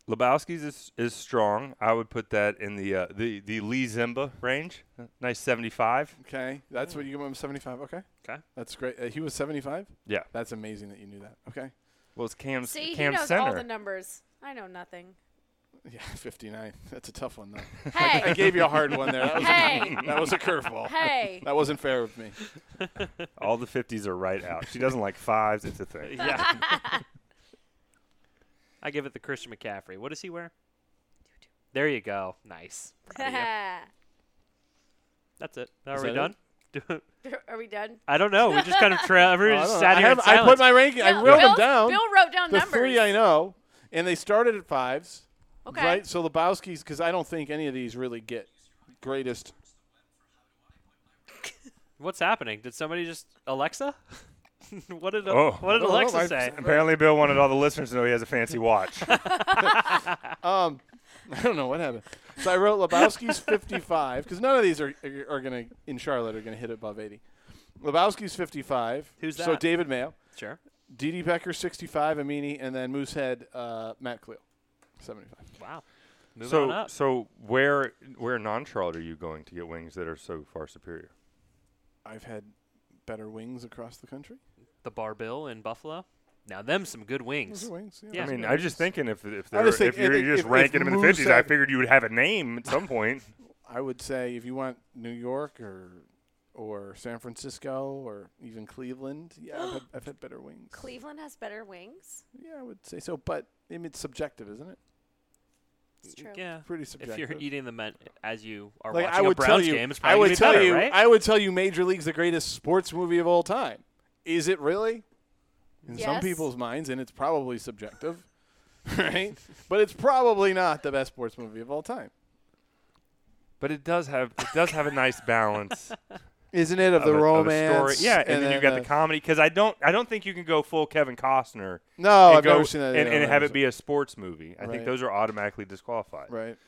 D: Lebowski's is, is strong. I would put that in the uh, the the Lee Zimba range. Uh, Nice 75.
A: Okay, that's what you give him. Seventy-five. Okay,
B: Okay.
A: that's great. Uh, he was seventy-five.
D: Yeah.
A: That's amazing that you knew that. Okay.
D: Well, it's Cam's
C: See, he
D: Cam
C: knows
D: center.
C: all the numbers. I know nothing.
A: Yeah, fifty-nine. That's a tough one though. I
C: Hey,
A: gave you a hard one there. That was
C: hey,
A: a, that was a curveball.
C: hey.
A: That wasn't fair with me.
D: all the 50s are right out. She doesn't like fives. It's a thing.
B: Yeah. I give it the Christian McCaffrey. What does he wear? There you go. Nice. Proud of you. That's it. Are
A: Is
B: we
A: that it?
B: done? Do-
C: Are we done?
B: I don't know. We just kind of trail. Everyone
A: I
B: just
A: don't know.
B: sat
A: I,
B: here. in
A: have- I put
B: silence.
A: my ranking. I
C: Bill-
A: wrote them
C: Bill's-
A: down.
C: Bill wrote down
A: the
C: numbers.
A: three I know, and they started at fives.
C: Okay.
A: Right. So Lebowski's because I don't think any of these really get greatest.
B: What's happening? Did somebody just Alexa? what did
D: Oh.
B: What did
A: I don't know.
B: Alexa
A: I-
B: say?
D: Apparently, Bill wanted all the listeners to know he has a fancy watch.
A: Um, I don't know what happened. So I wrote Lebowski's 55 because none of these are are, are going to in Charlotte are going to hit above 80. Lebowski's 55.
B: Who's
A: So
B: that?
A: David Mayo,
B: Sure.
A: Didi Becker 65, Amini, and then Moosehead uh, Matt Cleo 75.
B: Wow. Moving on
D: so,
B: up.
D: so where where non-Charlotte are you going to get wings that are so far superior?
A: I've had better wings across the country.
B: The Bar Bill in Buffalo. Now them some good
A: Those
B: wings.
A: are wings. Yeah.
B: Yeah.
D: I mean, I was just thinking if if,
A: I
D: they're,
A: just think
D: if you're
A: if-
D: just
A: if- if
D: ranking them in the
A: Moose
D: fifties, I
A: had-
D: figured you would have a name at some point.
A: I would say if you want New York or or San Francisco or even Cleveland, yeah, I've, had, I've had better wings.
C: Cleveland has better wings.
A: yeah, I would say so. But I mean, it's subjective, isn't it?
C: It's true.
B: Yeah.
A: Pretty
B: If
A: subjective.
B: you're eating them at, as you are
A: like
B: watching
A: I would
B: a Browns
A: tell you,
B: game, it's probably
A: I would
B: gonna be
A: tell
B: better,
A: you,
B: right?
A: I would tell you, Major League's the greatest sports movie of all time. Is it really? In some
C: Yes.
A: people's minds, and it's probably subjective, right? But it's probably not the best sports movie of all time,
D: But it does have it does have a nice balance
A: isn't it? Of,
D: of
A: the
D: a- of a
A: romance,
D: story. Yeah, and, then, you've got
A: uh,
D: the comedy because I don't I don't think you can go full Kevin Costner
A: no,
D: and
A: Oh, I've
D: go-
A: never seen that,
D: and,
A: yeah,
D: and
A: I've
D: have
A: never
D: it be a sports movie. I
A: Right.
D: think those are automatically disqualified.
A: seen- right.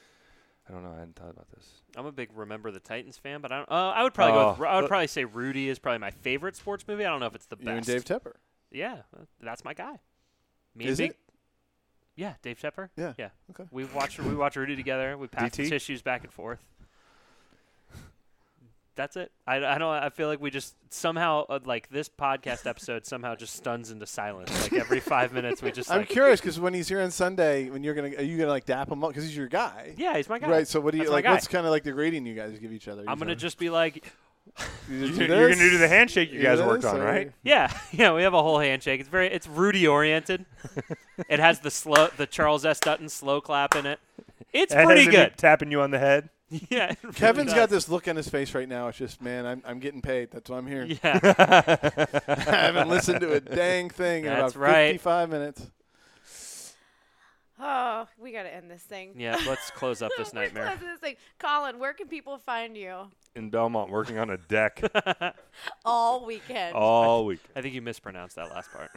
D: I don't know. I hadn't thought about this.
B: I'm a big Remember the Titans fan, but I don't. Uh, I would probably go. With,
D: Oh,
B: Ru- I would
D: but-
B: probably say Rudy is probably my favorite sports movie. I don't know if it's the
A: You and
B: best.
A: Dave Tepper.
B: yeah, uh, that's my guy. Me
A: Is
B: and Big,
A: it?
B: Yeah, Dave Tepper.
A: Yeah.
B: Yeah.
A: Okay.
B: We watch we watch Rudy together. We pass the
D: DT?
B: tissues back and forth. That's it. I, I don't. I feel like we just somehow uh, like this podcast episode somehow just stuns into silence. Like every five minutes, we just
A: I'm
B: like,
A: curious because when he's here on Sunday, when you're gonna, are you gonna like dap him up because he's your guy,
B: yeah, he's my guy.
A: right? So what do you
B: That's my
A: like?
B: guy.
A: What's kind of like the grading you guys give each other?
B: I'm
A: You
B: gonna
A: just-
B: just be like,
A: you just
D: You,
A: do
D: are gonna
A: this,
D: do the handshake you
A: do
D: guys worked
A: this,
D: on,
A: or-
D: right?
B: yeah, yeah. We have a whole handshake. It's very, it's Rudy oriented. it has the slow, the Charles S. Dutton slow clap in it. It's
D: And
B: pretty
D: has it been
B: good.
D: Tapping you on the head.
B: yeah. it really
A: Kevin's got
B: does.
A: this look on his face right now. It's just, man, I'm, I'm getting paid. That's why I'm here.
B: Yeah.
A: I haven't listened to a dang thing in
B: That's
A: about
B: right.
A: 55 minutes.
C: Oh, we got to end this thing.
B: Yeah, let's close up this
C: We're
B: nightmare.
C: closing this thing. Colin, where can people find you
D: in Belmont working on a deck
C: all weekend?
D: all week.
B: I think you mispronounced that last part.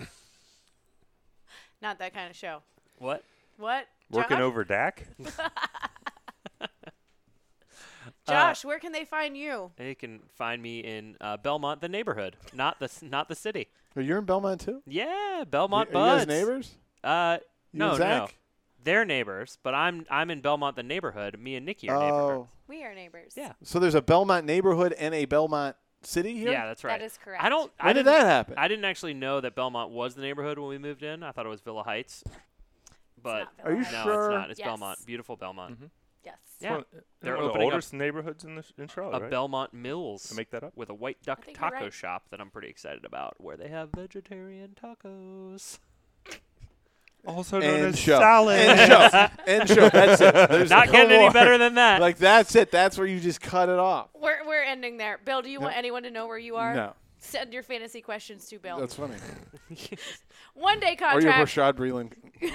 C: Not that kind of show.
B: what?
C: What?
D: Working
C: Josh?
D: over Dak?
C: Josh, where can they find you?
B: You can find me in uh, Belmont, the neighborhood, not the s- not the city.
A: Are you in Belmont too?
B: Yeah,
A: Are
B: Belmont
A: you
B: Buds.
A: guys neighbors?
B: Uh,
A: You
B: no,
A: and
B: no,
A: Zach?
B: they're neighbors, but I'm I'm in Belmont, the neighborhood. Me and Nikki are
A: Oh,
B: neighbors.
C: We are neighbors.
B: Yeah.
A: so there's a Belmont neighborhood and a Belmont city here.
B: Yeah, that's right.
C: is correct.
B: I don't. I
A: When did
B: didn't-
A: that happen?
B: I didn't actually know that Belmont was the neighborhood when we moved in. I thought it was Villa Heights, but
C: not Villa Are you Heights.
B: no,
A: sure?
B: it's not. It's
C: Yes.
B: Belmont, beautiful Belmont.
C: Yes.
B: Yeah,
D: Well,
B: They're
D: one of the
B: opening up
D: oldest neighborhoods in, the, in Charlotte,
B: a
D: right?
B: Belmont Mills.
D: I make that up?
B: with a white duck
C: think you're
B: taco
C: right.
B: shop that I'm pretty excited about, where they have vegetarian tacos.
D: Also known
A: And
D: as
A: show.
D: salad.
A: And show. and show. That's it. There's
B: Not
A: no
B: getting any
A: more.
B: better than that.
A: Like that's it. That's where you just cut it off.
C: We're, we're ending there. Bill, do you want
A: No.
C: anyone to know where you are?
A: No,
C: Send your fantasy questions to Bill.
A: that's funny.
C: One day
A: Or your
C: contract. uh,
A: Rashad Breeland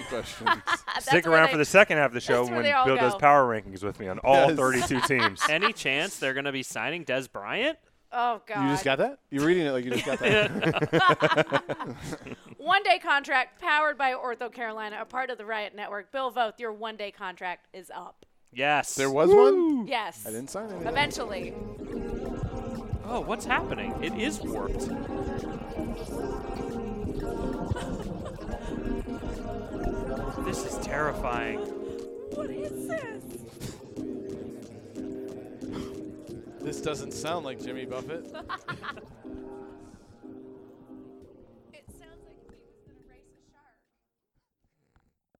A: questions.
C: That's
D: Stick
C: where
D: around
C: they-
D: for the second half of the show
C: that's where
D: when
C: they all
D: Bill does
C: go.
D: power rankings with me on all
A: Yes.
D: 32 teams.
B: any chance they're going to be signing Des Bryant?
C: Oh, God.
A: you just got that? You're reading it like you just got that.
C: One day contract powered by Ortho Carolina, a part of the Riot Network. Bill Voth, your one day contract is up.
B: Yes.
A: There was one.
C: Yes.
A: I didn't sign anything.
C: Eventually.
B: Oh, what's happening? It is warped. this is terrifying.
C: What is this?
A: This doesn't sound like Jimmy Buffett.